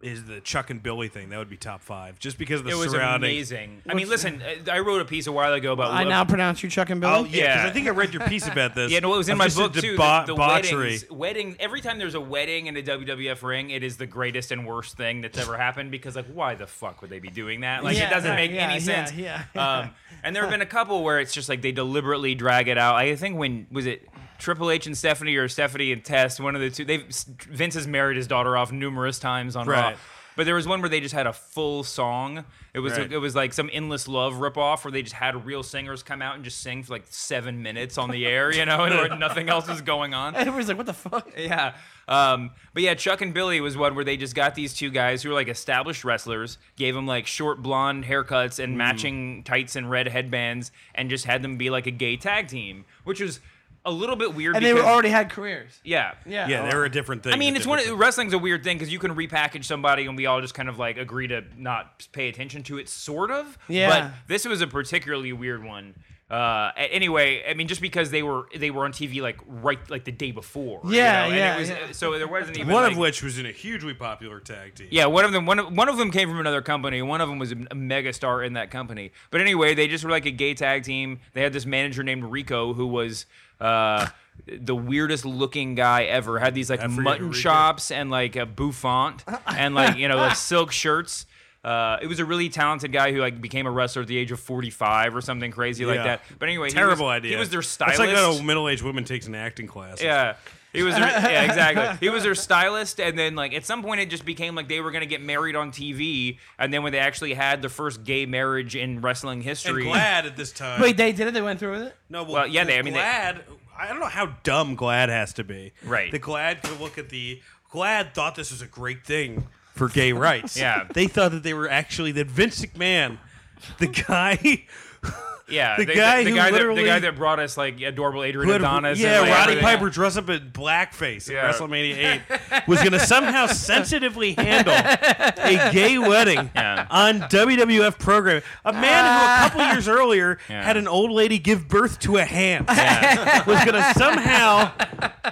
S3: is the Chuck and Billy thing. That would be top five, just because of the
S5: it was
S3: surrounding.
S5: amazing. I mean, listen, uh, I wrote a piece a while ago about.
S4: I
S5: love-
S4: now pronounce you Chuck and Billy.
S3: Oh yeah, 'cause
S5: Yeah.
S3: I think I read your piece about this.
S5: Yeah, no, it was in
S3: Of
S5: my
S3: just
S5: book
S3: the
S5: too.
S3: deba-
S5: the the
S3: debauchery.
S5: weddings, wedding. Every time there's a wedding in a WWF ring, it is the greatest and worst thing that's ever happened because, like, why the fuck would they be doing that? Like,
S4: Yeah,
S5: it doesn't
S4: right,
S5: make
S4: yeah,
S5: any
S4: yeah,
S5: sense.
S4: yeah,
S5: Um, and there have been a couple where it's just like they deliberately drag it out. I think when was it Triple H and Stephanie or Stephanie and Test? One of the two. They have Vince has married his daughter off numerous times on
S3: Right.
S5: Raw. But there was one where they just had a full song. It was
S3: Right.
S5: it was like some endless love ripoff where they just had real singers come out and just sing for like seven minutes on the air, you know, and there- nothing else was going on.
S4: Everybody's like, "What the fuck?"
S5: Yeah. Um, but yeah, Chuck and Billy was one where they just got these two guys who were like established wrestlers, gave them like short blonde haircuts
S4: Mm.
S5: and matching tights and red headbands, and just had them be like a gay tag team, which was a little bit weird.
S4: And they
S5: because,
S4: were already had careers.
S5: yeah,
S4: Yeah.
S3: Yeah, they were a different thing.
S5: I mean, it's one of, wrestling's a weird thing because you can repackage somebody and we all just kind of like agree to not pay attention to it, sort of.
S4: Yeah.
S5: But this was a particularly weird one. Uh, a- anyway, I mean, just because they were they were on TV like right like the day before. you
S4: Yeah,
S5: know, and
S4: yeah,
S5: it was-
S4: yeah.
S5: So there wasn't even
S3: one
S5: like-
S3: of which was in a hugely popular tag team.
S5: yeah, one of them one of, one of them came from another company. One of them was a, a mega star in that company. But anyway, they just were like a gay tag team. They had this manager named Rico who was uh, the weirdest looking guy ever. Had these like
S3: forget who
S5: mutton
S3: Rico-
S5: chops and like a bouffant and like you know like silk shirts. Uh, it was a really talented guy who like became a wrestler at the age of 45 or something crazy like
S3: Yeah.
S5: that. But anyway, he
S3: terrible
S5: was-
S3: idea.
S5: He was their
S3: It's
S5: stylist.
S3: like how a middle-aged woman takes an acting class.
S5: Yeah. He was, their, yeah, exactly. He was their stylist, and then like at some point it just became like they were gonna get married on TV, and then when they actually had the first gay marriage in wrestling
S3: and
S5: history,
S3: Glad at this time.
S4: Wait, they did it. They went through with it.
S3: no, well,
S5: Well, yeah, they- I mean, they-
S3: Glad. I don't know how dumb Glad has to be.
S5: Right.
S3: The Glad could look at the Glad thought this was a great thing for gay rights.
S5: Yeah.
S3: they thought that they were actually that Vince McMahon, the guy
S5: yeah,
S3: The
S5: they-
S3: guy
S5: the,
S3: who
S5: guy that,
S3: literally-
S5: the guy that brought us like adorable Adrian
S3: who had-
S5: Adonis, and,
S3: yeah,
S5: like,
S3: Roddy
S5: everything.
S3: Piper dressed up in blackface
S5: Yeah.
S3: at WrestleMania 8 was going to somehow sensitively handle a gay wedding
S5: Yeah.
S3: on WWF programming. A man who a couple years earlier
S5: Yeah.
S3: had an old lady give birth to a ham
S5: Yeah.
S3: was going to somehow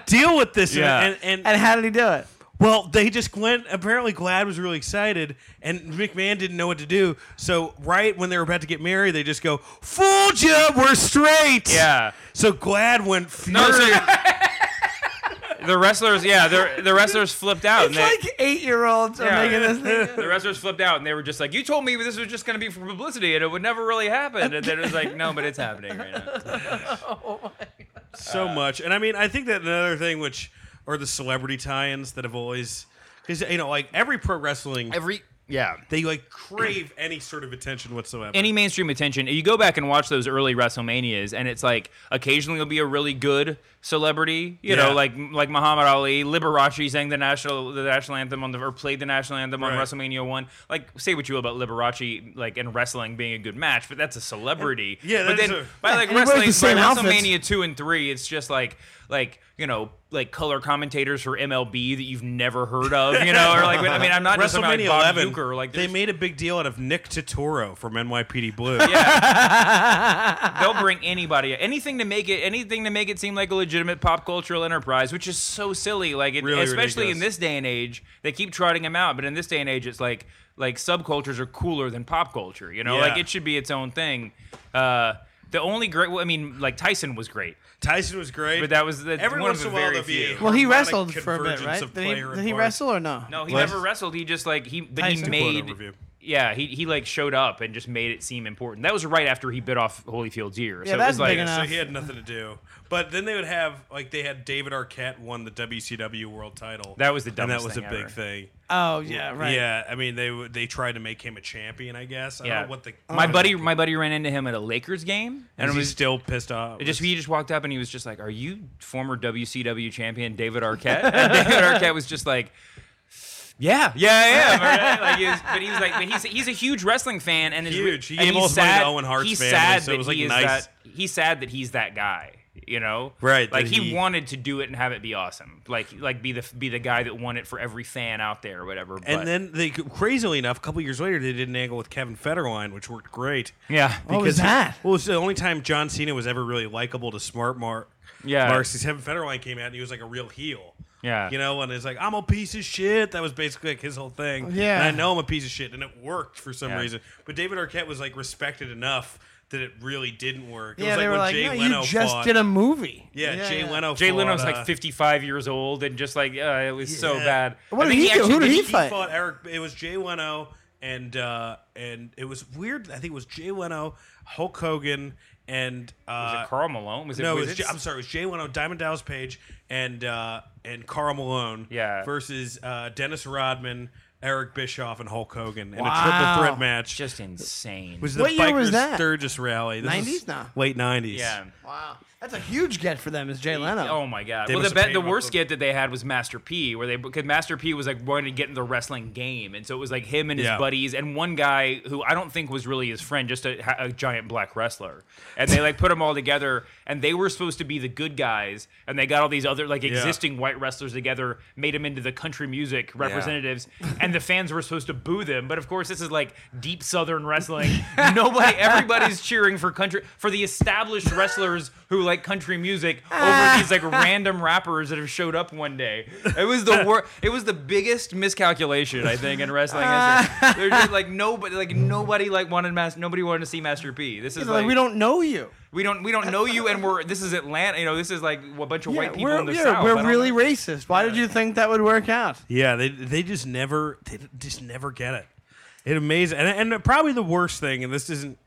S3: deal with this.
S5: Yeah.
S3: And, and,
S4: And how did he do it?
S3: well, they just went. Apparently, Glad was really excited, and McMahon didn't know what to do. So, right when they were about to get married, they just go, "Fooled ya, we're straight."
S5: Yeah.
S3: So Glad went furious.
S5: No, so- the wrestlers, yeah, they're- the wrestlers flipped out.
S4: It's
S5: and they,
S4: like eight year olds are
S5: Yeah.
S4: making this thing.
S5: the wrestlers flipped out and they were just like, "You told me this was just going to be for publicity and it would never really happen." And then it was like, "No, but it's happening right now."
S3: so
S5: Uh,
S3: much. And I mean, I think that another thing, which are the celebrity tie-ins that have always, because you know, like every pro wrestling,
S5: Every yeah,
S3: they like crave any sort of attention whatsoever.
S5: any mainstream attention. You go back and watch those early WrestleManias, and it's like occasionally it'll be a really good celebrity,
S3: Yeah.
S5: you know, like like Muhammad Ali, Liberace sang the national the national anthem on the or played the national anthem on
S3: Right.
S5: WrestleMania one. Like say what you will about Liberace, like and wrestling being a good match, but that's a celebrity.
S3: Yeah,
S5: but
S3: that is
S5: then
S3: a-
S5: by like
S4: And he wears
S5: wrestling,
S4: the same
S5: by
S4: outfits.
S5: WrestleMania two and three, it's just like like you know. Like color commentators for MLB that you've never heard of, you know, or like I mean, I'm not just talking about,
S3: WrestleMania
S5: like, Bob
S3: 11,
S5: Uecker, like
S3: they
S5: there's-
S3: made a big deal out of Nick Totoro from NYPD Blue.
S5: yeah. They'll
S3: Uh-uh.
S5: bring anybody, anything to make it, anything to make it seem like a legitimate pop cultural enterprise, which is so silly. Like, it,
S3: Really
S5: especially in
S3: ridiculous.
S5: this day and age, they keep trotting them out. But in this day and age, it's like like subcultures are cooler than pop culture. You know,
S3: Yeah.
S5: like it should be its own thing. Uh, the only great, well, I mean, like Tyson was great.
S3: Tyson was great,
S5: But that was- that's
S3: every
S5: one of
S3: once
S5: the
S3: in a while
S5: very
S3: there'll be a
S5: few.
S4: Well, he
S3: harmonic
S4: wrestled for a bit,
S3: convergence
S4: right?
S3: of
S4: Did he,
S3: player and
S4: did he
S3: part.
S4: wrestle or no?
S5: No, he
S3: What?
S5: never wrestled. He just like he then he
S4: Tyson.
S5: made
S3: Overview.
S5: yeah he he like showed up and just made it seem important. That was right after he bit off Holyfield's ear.
S4: Yeah,
S5: so it
S4: that's
S5: was like
S4: big enough.
S3: So he had nothing to do. But then they would have like they had David Arquette won the WCW World Title.
S5: That was the
S3: and that
S5: dumbest
S3: was
S5: thing
S3: a big
S5: ever.
S3: thing.
S4: Oh yeah, right.
S3: Yeah, I mean they w- they tried to make him a champion. I guess. I
S5: yeah.
S3: don't know what the
S5: my buddy my buddy ran into him at a Lakers game
S3: and
S5: and it
S3: he's
S5: was
S3: still pissed off.
S5: It just he just walked up and he was just like, "Are you former WCW champion David Arquette?" And David Arquette was just like, "Yeah, yeah, I am." Right? Like he was, but he was like, but he's he's a huge wrestling fan and is re-
S3: Huge. He
S5: and
S3: gave all
S5: he's
S3: his money to
S5: sad.
S3: Owen Hart's
S5: he's
S3: family,
S5: sad
S3: so it
S5: that
S3: was, like,
S5: he is
S3: nice.
S5: that. He's sad that he's that guy. You know,
S3: Right, that
S5: Like he,
S3: he-
S5: wanted to do it and have it be awesome. Like like be the be the guy that won it for every fan out there or whatever.
S3: and
S5: but-
S3: then they crazily enough, a couple years later, they did an angle with Kevin Federline, which worked great.
S5: yeah,
S4: What
S3: Because
S4: was
S3: he-
S4: that?
S3: well, it's the only time John Cena was ever really likable to smart Mark.
S5: Yeah.
S3: Marks. Because Kevin Federline came out and he was like a real heel.
S5: Yeah.
S3: You know, and it's like, I'm a piece of shit. That was basically like his whole thing.
S4: Yeah.
S3: And I know I'm a piece of shit. And it worked for some
S5: Yeah.
S3: reason. But David Arquette was like respected enough that it really didn't work. It
S4: Yeah,
S3: was
S4: they
S3: like
S4: were
S3: when
S4: like,
S3: Jay
S4: no,
S3: Leno
S4: you just
S3: fought.
S4: did a movie.
S3: yeah, Jay Leno.
S5: Jay
S3: fought,
S5: Leno's
S3: uh,
S5: like 55 years old and just like uh, it was so
S3: Yeah.
S5: bad.
S4: What did
S5: I think
S4: he do?
S5: actually-
S4: Who did he
S3: he
S4: fight?
S3: fought Eric. It was Jay Leno, and uh, and it was weird. I think it was Jay Leno, Hulk Hogan, and uh,
S5: Was it Carl Malone? Was it?
S3: no, it
S5: was
S3: was,
S5: it-
S3: J- I'm sorry, it was Jay Leno, Diamond Dallas Page, and uh, and Carl Malone.
S5: Yeah.
S3: versus uh, Dennis Rodman, Eric Bischoff, and Hulk Hogan
S4: Wow.
S3: in a triple threat match.
S5: just insane.
S3: It was the
S4: What year was
S3: Bikers
S4: that?
S3: Sturgis rally. This
S4: 90s?
S3: is
S4: No.
S3: late 90s.
S5: yeah.
S4: Wow, that's a huge get for them. Is Jay Leno?
S5: Oh my god.
S3: They
S5: well, the
S3: must have
S5: be- the
S3: paid him
S5: worst
S3: up.
S5: get that they had was Master P, where they because Master P was like wanting to get in the wrestling game, and so it was like him and his
S3: Yeah.
S5: buddies and one guy who I don't think was really his friend, just a, ha- a giant black wrestler, and they like put them all together, and they were supposed to be the good guys, and they got all these other like existing white wrestlers together, made them into the country music representatives, and the fans were supposed to boo them, but of course this is like deep Southern wrestling. Nobody, everybody's cheering for country for the established wrestlers who like country music
S4: Ah.
S5: over these like random rappers that have showed up one day. It was the wor- It was the biggest miscalculation I think in wrestling
S4: Ah.
S5: history. There's just like nobody, like nobody, like wanted mas- Nobody wanted to see Master P. This is
S4: He's
S5: like,
S4: like, we don't know you.
S5: we don't, we don't know you, and we're this is Atlanta. You know, this is like a bunch of
S4: Yeah,
S5: white people
S4: we're
S5: in the
S4: yeah,
S5: south. I
S4: we're
S5: don't
S4: really
S5: know.
S4: racist. Why did you think that would work out?
S3: Yeah, they they just never they just never get it. It amazes and, and probably the worst thing, and this isn't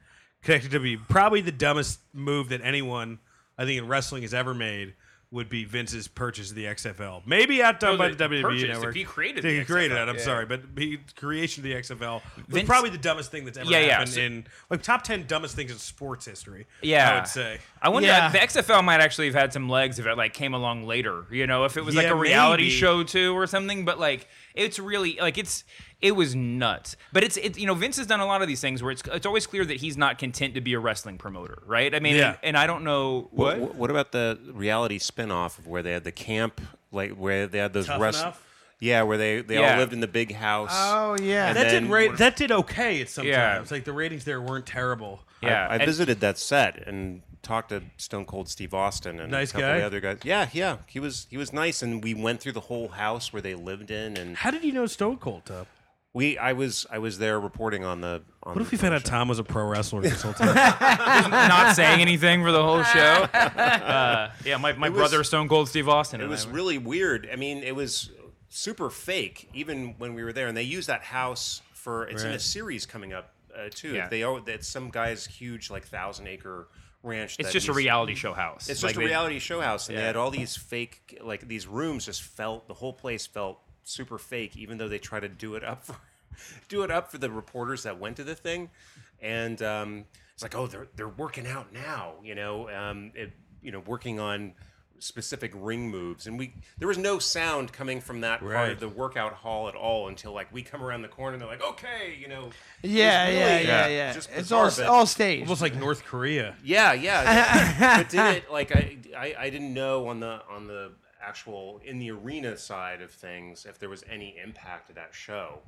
S3: connected to me, probably the dumbest move that anyone I think in wrestling has ever made would be Vince's purchase of the XFL. Maybe outdone
S5: No,
S3: by
S5: the
S3: the WWE
S5: purchase,
S3: network.
S5: if he created
S3: Yeah,
S5: the
S3: he created
S5: XFL,
S3: it. I'm
S5: yeah.
S3: sorry, but he creation of the XFL was
S5: Vince-
S3: probably the dumbest thing that's ever
S5: Yeah, yeah,
S3: happened
S5: so-
S3: in like top ten dumbest things in sports history.
S5: Yeah,
S3: I would say.
S5: I wonder
S4: Yeah.
S5: the XFL might actually have had some legs if it like came along later. You know, if it was like
S3: Yeah,
S5: a reality
S3: maybe.
S5: show too or something. But like, it's really like it's it was nuts. But it's it you know Vince has done a lot of these things where it's it's always clear that he's not content to be a wrestling promoter, right? I mean,
S3: Yeah.
S5: and, and I don't know
S6: What? what about the reality spin-off of where they had the camp, like where they had those
S3: Tough
S6: wrest-
S3: Enough?
S6: Yeah, where they, they
S5: Yeah.
S6: all lived in the big house.
S4: Oh yeah,
S6: And
S3: That
S6: then-
S3: did rate that did okay at some
S5: Yeah.
S3: times. Like the ratings there weren't terrible.
S5: Yeah,
S6: I
S5: and-
S6: visited that set and talked to Stone Cold Steve Austin and
S3: Nice
S6: a couple of
S3: guy?
S6: the other guys. Yeah, yeah, he was he was nice, and we went through the whole house where they lived in, and
S3: How did you know Stone Cold Top?
S6: we I was I was there reporting on the. On
S3: What if
S6: the
S3: we found out Tom was a pro wrestler this whole time?
S5: not saying anything for the whole show. Uh, yeah, my, my
S6: was-
S5: brother Stone Cold Steve Austin.
S6: It
S5: and
S6: was
S5: I-
S6: really weird. I mean, it was super fake, even when we were there. And they use that house for it's in a
S3: Right.
S6: series coming up uh, too.
S5: Yeah.
S6: They owe that's some guy's huge like thousand acre ranch.
S5: it's
S6: that
S5: just a
S6: he's-
S5: reality show house.
S6: It's
S5: Like,
S6: just a
S5: they-
S6: reality show house, and they
S5: Yeah.
S6: had all these fake like these rooms. Just felt the whole place felt super fake, even though they tried to do it up for do it up for the reporters that went to the thing. And um, it's like, oh, they're they're working out now, you know, um, it, you know, working on specific ring moves, and we there was no sound coming from that part
S3: Right.
S6: of the workout hall at all until like we come around the corner. and They're like, okay, you know, it was
S4: Yeah, yeah,
S6: really,
S4: yeah,
S6: uh,
S4: yeah.
S6: just
S4: It's
S6: bizarre,
S4: all
S6: but-
S4: all staged.
S3: Almost like North Korea.
S6: yeah, yeah. but did it like I, I I didn't know on the on the actual in the arena side of things if there was any impact to that show.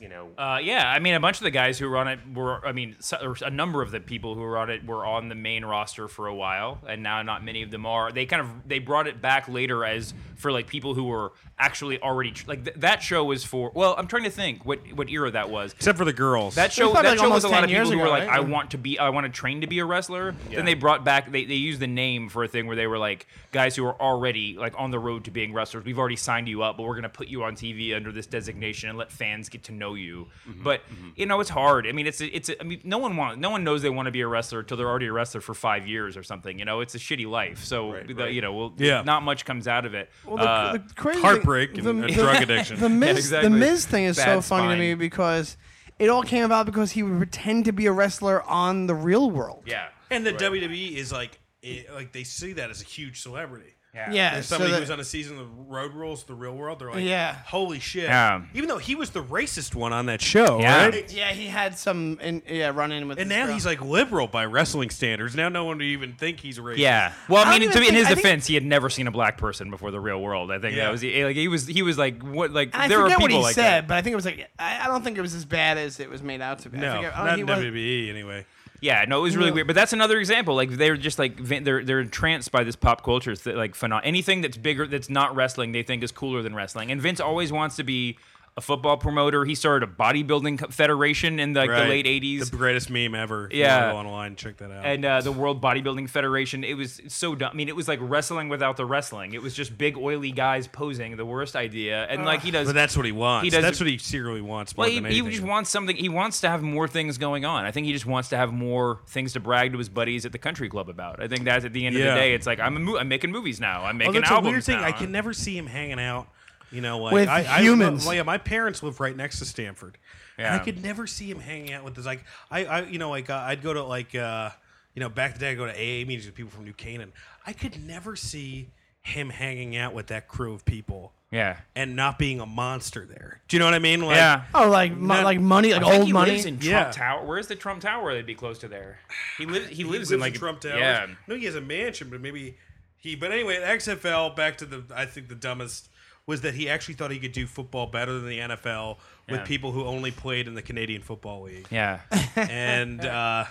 S6: You know,
S5: Uh, yeah, I mean, a bunch of the guys who were on it were, I mean, so- or a number of the people who were on it were on the main roster for a while, and now not many of them are. They kind of they brought it back later as for like people who were actually already tr- like th- that show was for. Well, I'm trying to think what what era that was.
S3: Except for the girls.
S5: That show,
S4: probably
S5: that
S4: like
S5: show
S4: almost
S5: was a lot
S4: 10
S5: of people
S4: years
S5: who were
S4: ago,
S5: like,
S4: right?
S5: I want to be, I want to train to be a wrestler.
S6: Yeah.
S5: Then they brought back, they, they used the name for a thing where they were like, guys who are already like on the road to being wrestlers. We've already signed you up, but we're going to put you on TV under this designation and let fans get to know you.
S4: Mm-hmm.
S5: But you know, it's hard. I mean, it's, a, it's, a, I mean, no one wants, no one knows they want to be a wrestler until they're already a wrestler for five years or something. You know, it's a shitty life. So,
S6: Right,
S5: the-
S6: right.
S5: you know, we'll,
S3: Yeah.
S5: not much comes out of it.
S4: Well, the,
S5: Uh,
S4: the crazy
S3: heartbreak
S4: thing,
S3: and- and drug addiction.
S4: The Miz,
S5: exactly.
S4: the Miz thing is so
S5: Bad
S4: funny to me
S5: spine.
S4: because it all came about because he would pretend to be a wrestler on the real world.
S5: yeah.
S3: and the WWE is like, it, like they see that as a huge celebrity.
S5: Yeah.
S4: yeah.
S3: As
S4: So
S3: somebody
S4: that-
S3: who's on a season of Road Rules, the Real World, they're like,
S4: Yeah.
S3: holy shit.
S5: Yeah.
S3: Even though he was the racist one on that show,
S5: Yeah.
S3: right?
S4: yeah, he had some in, yeah run in with.
S3: And
S4: this
S3: now
S4: girl.
S3: he's like liberal by wrestling standards. Now no one would even think he's racist.
S5: Yeah. Well,
S4: I
S5: I
S4: don't
S5: mean, to,
S4: even
S5: in
S4: think-
S5: his
S4: I think-
S5: defense, he had never seen a black person before the real world. I think
S3: Yeah.
S5: that was he- like he was he was like what like
S4: And I
S5: there are
S4: forget
S5: people
S4: what he
S5: like
S4: said,
S5: that.
S4: but I think it was like I, I don't think it was as bad as it was made out to be. I
S3: No,
S4: forget, I
S3: not
S4: don't,
S3: in
S4: know, he was,
S3: WWE anyway.
S5: Yeah, no, it was really
S4: Yeah.
S5: weird. But that's another example. Like they're just like vin- they're they're entranced by this pop culture th- like phenomenon. Anything that's bigger that's not wrestling, they think is cooler than wrestling. And Vince always wants to be a football promoter. He started a bodybuilding co- federation in like the late '80s.
S3: The greatest meme ever.
S5: Yeah.
S3: Go online, check that out.
S5: and uh, the World Bodybuilding Federation. It was so dumb. I mean, it was like wrestling without the wrestling. It was just big oily guys posing. The worst idea. And like he does,
S3: but that's what he wants.
S5: He does-
S3: that's what he secretly wants. More
S5: Well, he,
S3: than
S5: he
S3: anything.
S5: just wants something. He wants to have more things going on. I think he just wants to have more things to brag to his buddies at the country club about. I think that's at the end of
S3: Yeah.
S5: the day. It's like I'm a mo- I'm making movies now. I'm
S3: Oh,
S5: making
S3: that's a
S5: albums
S3: weird thing.
S5: now.
S3: I can never see him hanging out. You know, like
S4: With
S3: I, I-
S4: humans.
S3: well, yeah, my parents live right next to Stanford, and
S5: Yeah.
S3: I could never see him hanging out with this. Like I, I you know, like uh, I'd go to like, uh, you know, back in the day, I go to AA meetings with people from New Canaan. I could never see him hanging out with that crew of people
S5: Yeah.
S3: and not being a monster there. Do you know what I mean? Like,
S5: Yeah.
S4: oh like mo- like money like
S5: I think
S4: old
S5: he
S4: money.
S5: lives in Trump
S3: Yeah.
S5: Tower. Where's the Trump Tower? They'd be close to there. He lives. He, lives, in like
S3: Trump Towers.
S5: Yeah.
S3: No, he has a mansion, but maybe he. But anyway, at XFL, back to the. I think the dumbest was that he actually thought he could do football better than the NFL with
S5: Yeah.
S3: people who only played in the Canadian Football League,
S5: Yeah.
S3: and uh,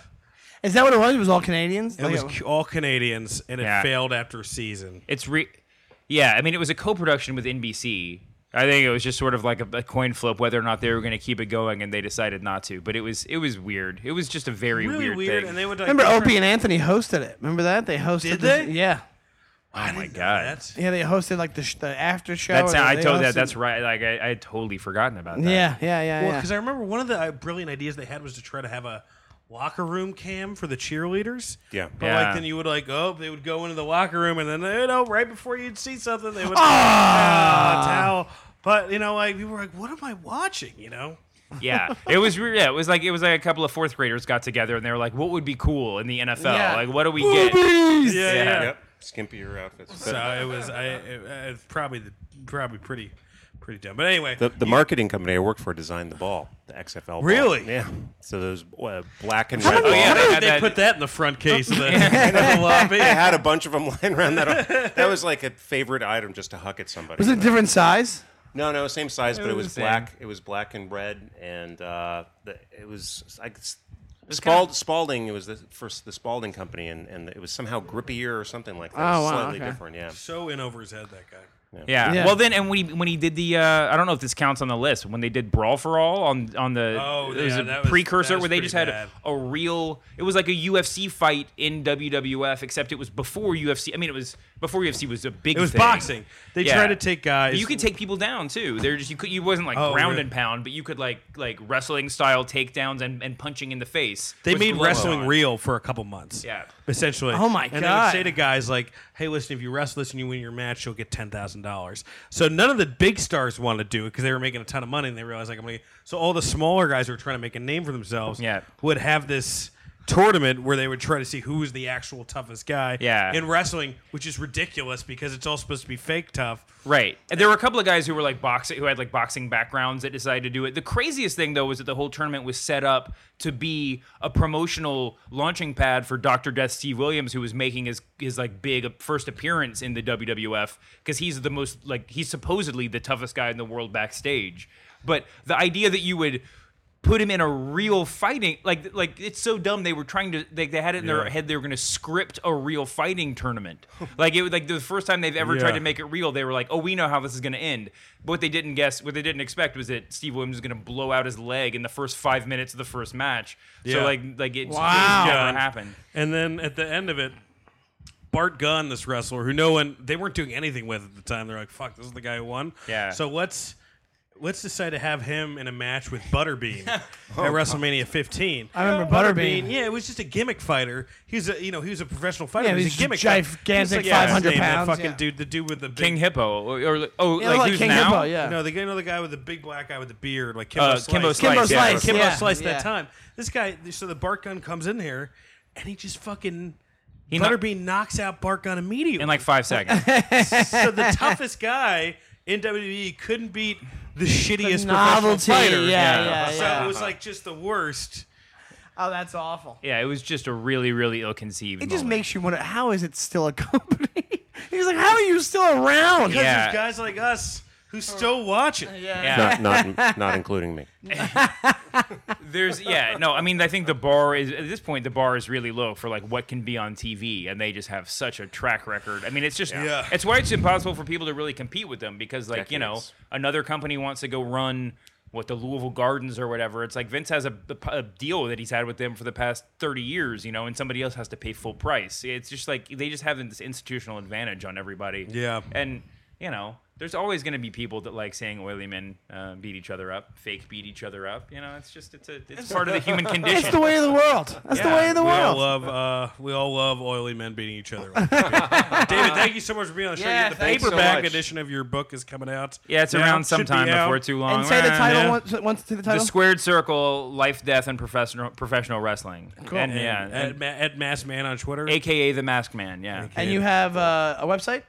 S4: Is that what it was? It was all Canadians. uh,
S3: it was all Canadians, and it
S5: Yeah.
S3: failed after a season.
S5: It's re. Yeah, I mean, it was a co-production with NBC. I think it was just sort of like a, a coin flip whether or not they were going to keep it going, and they decided not to. But it was it was weird. It was just a very
S3: Really weird,
S5: weird, thing.
S3: and they would like,
S4: Remember Opie and Anthony hosted it. Remember that they hosted.
S3: Did
S4: this-
S3: they?
S4: Yeah.
S3: I
S5: Oh my
S3: didn't know
S5: God.
S3: that.
S4: Yeah, they hosted like the, sh- the after show.
S5: That's
S4: and
S5: I
S4: they
S5: told
S4: hosted-
S5: that. That's right. Like I, I had totally forgotten about that.
S4: Yeah, yeah, yeah.
S3: Well,
S4: yeah.
S3: because I remember one of the uh, brilliant ideas they had was to try to have a locker room cam for the cheerleaders.
S6: Yeah.
S3: But like
S5: Yeah.
S3: then you would like oh they would go into the locker room and then you know right before you'd see something they would "Ah, towel. But you know like people were like what am I watching? You know.
S5: yeah. It was re- yeah. It was like it was like a couple of fourth graders got together and they were like, "What would be cool in the NFL?
S4: Yeah.
S5: Like, what do we get?"
S3: Yeah.
S5: Yeah.
S6: yep, skimpier outfits.
S3: So it was I it, uh, it's probably the, probably pretty pretty dumb. But anyway,
S6: the, the marketing company I worked for designed the ball, the XFL. Ball.
S3: Really?
S6: Yeah. So those uh, black and red.
S5: Oh
S6: balls.
S5: yeah, they
S3: they,
S5: had that.
S3: put that in the front case of the, of the lobby.
S6: I had a bunch of them lying around that. That was like a favorite item, just to huck at somebody.
S4: was it a different size?
S6: No, no, same size, but it
S5: was
S6: was
S5: the same.
S6: black. It was black and red, and uh, the, it was like s- Spald, Spalding. It was the first the Spalding company, and, and it was somehow grippier or something like that. It
S4: Oh,
S6: was
S4: wow,
S6: slightly
S4: okay.
S6: different, yeah.
S3: So in over his head that guy.
S5: Yeah.
S4: Yeah.
S5: Well, then, and when he when he did the, uh, I don't know if this counts on the list. When they did Brawl for All on on the,
S3: Oh,
S5: it was
S3: yeah,
S5: a
S3: that was-
S5: precursor
S3: that was
S5: where they
S3: pretty
S5: just had
S3: bad.
S5: a real. It was like a UFC fight in WWF, except it was before UFC. I mean, it was before UFC was a big.
S3: It was
S5: thing.
S3: boxing. They
S5: Yeah.
S3: tried to take guys.
S5: You could take people down too. They're just you could you wasn't like
S3: Oh,
S5: ground
S3: really?
S5: and pound, but you could like like wrestling style takedowns and, and punching in the face.
S3: They
S5: with
S3: made
S5: gloves
S3: wrestling
S5: on.
S3: real for a couple months.
S5: Yeah.
S3: Essentially.
S4: Oh, my
S3: and And they would
S4: God.
S3: say to guys like, "Hey, listen, if you wrestle this and you win your match, you'll get ten thousand dollars." So none of the big stars wanted to do it because they were making a ton of money and they realized like, "I'm gonna." So all the smaller guys who were trying to make a name for themselves.
S5: Yeah.
S3: Would have this tournament where they would try to see who was the actual toughest guy.
S5: Yeah.
S3: In wrestling, which is ridiculous because it's all supposed to be fake tough.
S5: Right. And there were a couple of guys who were like boxing, who had like boxing backgrounds that decided to do it. The craziest thing though was that the whole tournament was set up to be a promotional launching pad for Doctor Death Steve Williams, who was making his his like big first appearance in the WWF because he's the most like he's supposedly the toughest guy in the world backstage. But the idea that you would put him in a real fighting like like it's so dumb they were trying to they, they had it in their
S3: Yeah.
S5: head they were going to script a real fighting tournament like it was like the first time they've ever tried
S3: Yeah.
S5: to make it real they were like oh we know how this is going to end but what they didn't guess what they didn't expect was that steve williams was going to blow out his leg in the first five minutes of the first match
S3: Yeah.
S5: so like like it
S4: Wow.
S5: wow. never happened
S3: And then at the end of it, Bart Gunn, this wrestler who no one they weren't doing anything with at the time. They're like, "Fuck, this is the guy who won."
S5: Yeah.
S3: So let's let's decide to have him in a match with
S5: Oh,
S3: Butterbean at WrestleMania 15.
S4: I remember Butterbean.
S3: Yeah, it was just a gimmick fighter. He's a you know he was a professional fighter.
S4: Yeah,
S3: he was
S4: he's
S3: a gimmick
S4: gigantic
S3: fighter. He was like-
S4: 500
S3: what's his name,
S4: pounds,
S3: That fucking
S4: yeah.
S3: dude, the dude with the big,
S5: king hippo or, or oh
S4: Yeah,
S5: like,
S4: like
S5: who's
S4: King
S5: now
S4: Hippo, yeah.
S3: No, the you know the guy with the big black guy with the beard, like Kimbo
S5: Uh,
S3: Slice.
S5: Kimbo Slice,
S4: Kimbo
S5: yeah.
S4: Slice.
S3: Kimbo
S4: yeah.
S3: Slice that
S4: Yeah.
S3: time. This guy, so the Bart Gun comes in here, and he just fucking.
S5: He kno-
S3: Butterbean knocks out Bart Gunn immediately.
S5: in like five seconds
S3: so the toughest guy in WWE couldn't beat the shittiest professional
S4: Novelty. Yeah,
S3: fighter.
S4: yeah,
S3: So
S4: yeah.
S3: it was like just the worst.
S4: Oh, that's awful.
S5: yeah it was just a really really ill-conceived
S4: It just
S5: moment.
S4: makes you wonder how is it still a company? He's like, how are you still around?
S3: Because
S5: Yeah.
S3: there's guys like us who still watch it.
S5: yeah.
S6: Not, not, not including me.
S5: There's yeah no I mean I think the bar is at this point the bar is really low for like what can be on TV and they just have such a track record I mean it's just
S3: Yeah.
S5: it's why it's impossible for people to really compete with them because like you know
S6: Decades.
S5: another company wants to go run what the Louisville Gardens or whatever it's like Vince has a, a deal that he's had with them for the past 30 years you know and somebody else has to pay full price it's just like they just have this institutional advantage on everybody
S3: Yeah.
S5: and you know there's always going to be people that like seeing oily men uh, beat each other up, fake beat each other up. You know, it's just it's a it's part of the human condition.
S4: It's the way of the world. That's the
S5: Yeah,
S4: way of the
S3: We all
S4: world.
S3: love, uh, we all love oily men beating each other. up. David, thank you so much for being on the show.
S4: Yeah,
S3: the
S4: thanks so
S3: paperback
S6: much.
S3: edition of your book is coming out.
S5: yeah, it's
S3: now.
S5: around
S3: Should be
S5: sometime
S3: out.
S5: before too long.
S4: and say the
S5: Ah,
S4: title
S3: yeah.
S4: once, once to the
S5: The
S4: title.
S5: squared circle, life, death, and professional professional wrestling. Cool. And, yeah,
S3: At,
S5: and-
S3: Ma- at Mass Man on Twitter.
S5: AKA the Mask Man. Yeah.
S4: and you have uh, a website?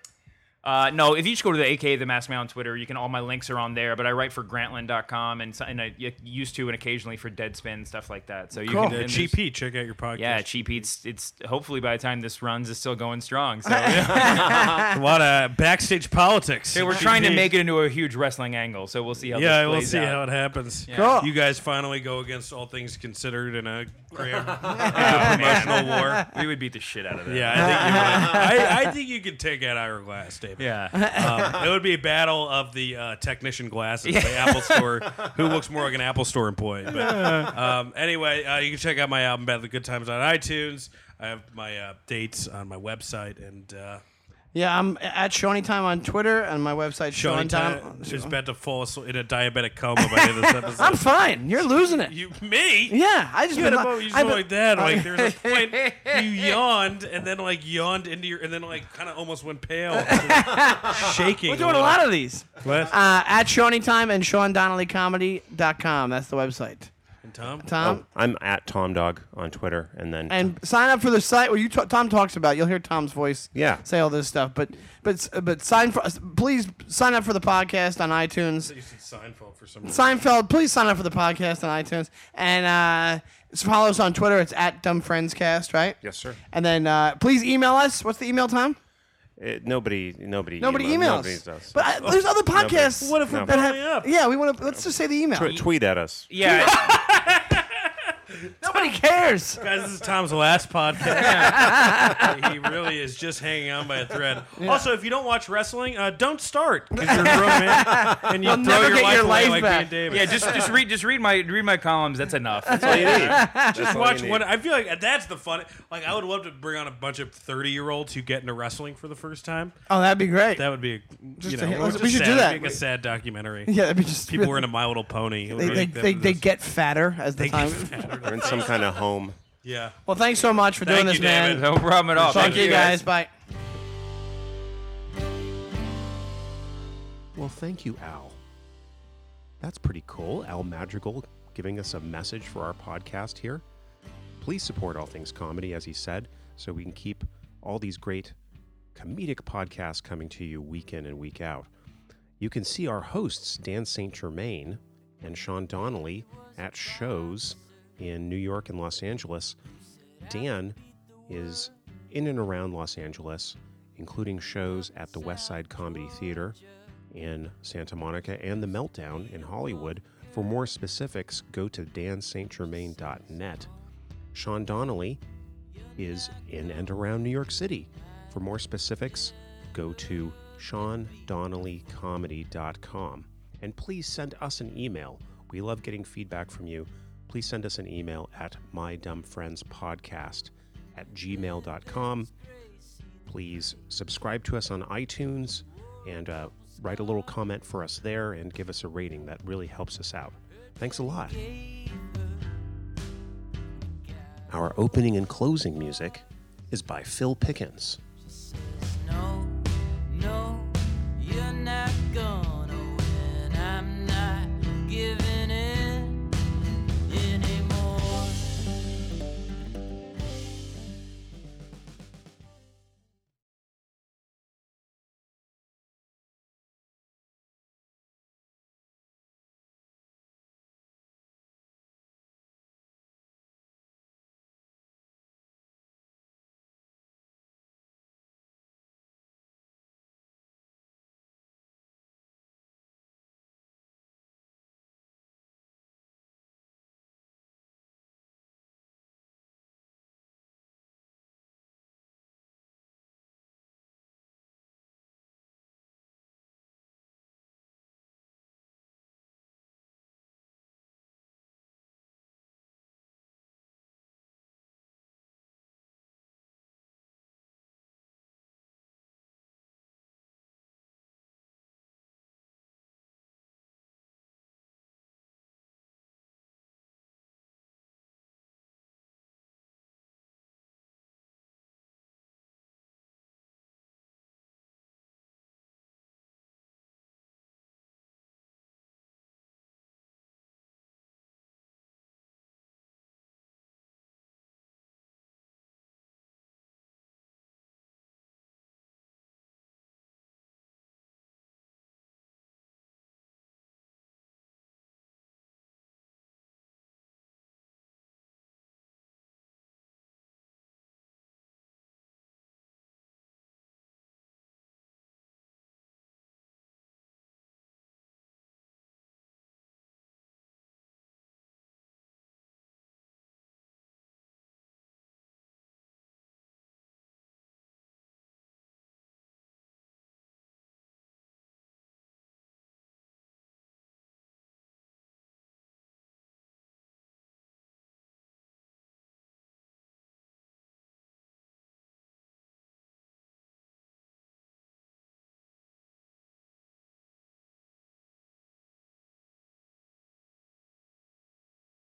S5: Uh, no, if you just go to the AKA the Mask Man on Twitter, you can all my links are on there. But I write for Grantland.com and, so- and I y- used to and occasionally for Deadspin stuff like that. So you
S4: Cool.
S5: can
S3: Uh,
S5: and there's-
S3: GP, check out your podcast.
S5: Yeah, cheap eats. It's hopefully by the time this runs, it's still going strong. So
S3: a lot of backstage politics.
S5: Hey, we're trying to
S3: GP.
S5: make it into a huge wrestling angle. So we'll see how.
S3: Yeah,
S5: this
S3: we'll
S5: plays
S3: see
S5: out.
S3: how it happens.
S4: Cool.
S3: You guys finally go against all things considered in a grand
S5: Oh, man.
S3: promotional war.
S5: we would beat the shit out of that.
S3: Yeah, I think you might. I, I think you could take out Ira Glass, David.
S5: Yeah.
S3: Um, it would be a battle of the uh, technician glasses, the Apple Store, who looks more like an Apple Store employee. But um, anyway, uh, you can check out my album "Bad the Good Times" on iTunes. I have my uh, dates on my website and uh,
S4: Yeah, I'm at Shawnee Time on Twitter and my website Shawnee
S3: Johnny
S4: Time.
S3: Time is about to fall asleep in a diabetic coma by the end of this episode.
S4: oh, I'm fine. You're losing it.
S3: you me?
S4: yeah, I just
S3: You
S4: been,
S3: had a moment you
S4: I've
S3: just
S4: been-
S3: like that. Like there's a point you yawned and then like yawned into your and then like kind of almost went pale, shaking.
S4: We're doing a lot of these.
S3: What?
S4: Uh, at Shawnee Time and SeanDonnellyComedy.com. That's the website.
S3: And Tom.
S4: Tom?
S6: Oh, I'm at Tom Dog on Twitter, and then
S4: and sign up for the site where you t- Tom talks about. it. You'll hear Tom's voice.
S6: Yeah.
S4: say all this stuff. But but but sign for please sign up for the podcast on iTunes.
S3: You said Seinfeld for some reason.
S4: Seinfeld, please sign up for the podcast on iTunes and uh, s- follow us on Twitter. It's at Dumb Friends Cast, right?
S6: Yes, sir.
S4: And then uh, please email us. What's the email, Tom?
S6: It, nobody, nobody,
S4: Nobody
S6: email-
S4: emails.
S6: Nobody does.
S4: But I, there's other
S6: Nobody.
S4: podcasts.
S6: What if we're
S4: that have,
S3: blowing up?
S4: Yeah, we want to. Let's just say the email.
S6: Tw- tweet at us.
S5: Yeah.
S4: Nobody Nobody cares.
S3: Guys, this is Tom's last podcast. he really is just hanging on by a thread. Also, if you don't watch wrestling, uh, don't start because you're a grown man and you throw
S4: never
S3: your
S4: get
S3: life,
S4: your
S3: away
S4: life
S3: like
S4: back.
S3: me and David.
S5: Yeah, just just read just read my read my columns. That's enough. That's
S7: all you need. Just
S3: watch what I feel like that's the fun. Like I would love to bring on a bunch of thirty-year-olds who get into wrestling for the first time.
S4: Oh, that'd be great.
S3: That would be, a, you
S4: Just
S3: know,
S4: a-
S3: or
S4: we
S3: just
S4: should do
S3: sad-
S4: that.
S3: Make a sad documentary.
S4: yeah, that'd be just
S3: People were in a My Little Pony. It would
S4: They, they,
S3: make them
S4: they, they
S3: this-
S4: get fatter as the
S3: they
S4: time.
S3: get fatter.
S7: We're in some kind of home.
S3: yeah.
S4: Well, thanks so much for
S3: Thank
S4: doing
S3: you,
S4: this, man.
S3: David.
S5: no problem at all.
S4: Thank you guys. Bye.
S6: Well, thank you, Al. That's pretty cool. Al Madrigal giving us a message for our podcast here. Please support All Things Comedy, as he said, so we can keep all these great comedic podcasts coming to you week in and week out. You can see our hosts, Dan St. Germain and Sean Donnelly, at shows in New York and Los Angeles. Dan is in and around Los Angeles, including shows at the West Side Comedy Theater in Santa Monica and The Meltdown in Hollywood. For more specifics, go to danstgermain.net. Sean Donnelly is in and around New York City. For more specifics, go to SeanDonnellyComedy.com. And please send us an email. We love getting feedback from you. Please send us an email at mydumbfriendspodcast at gmail.com. Please subscribe to us on iTunes and uh, write a little comment for us there and give us a rating. That really helps us out. Thanks a lot. Our opening and closing music is by Phil Pickens.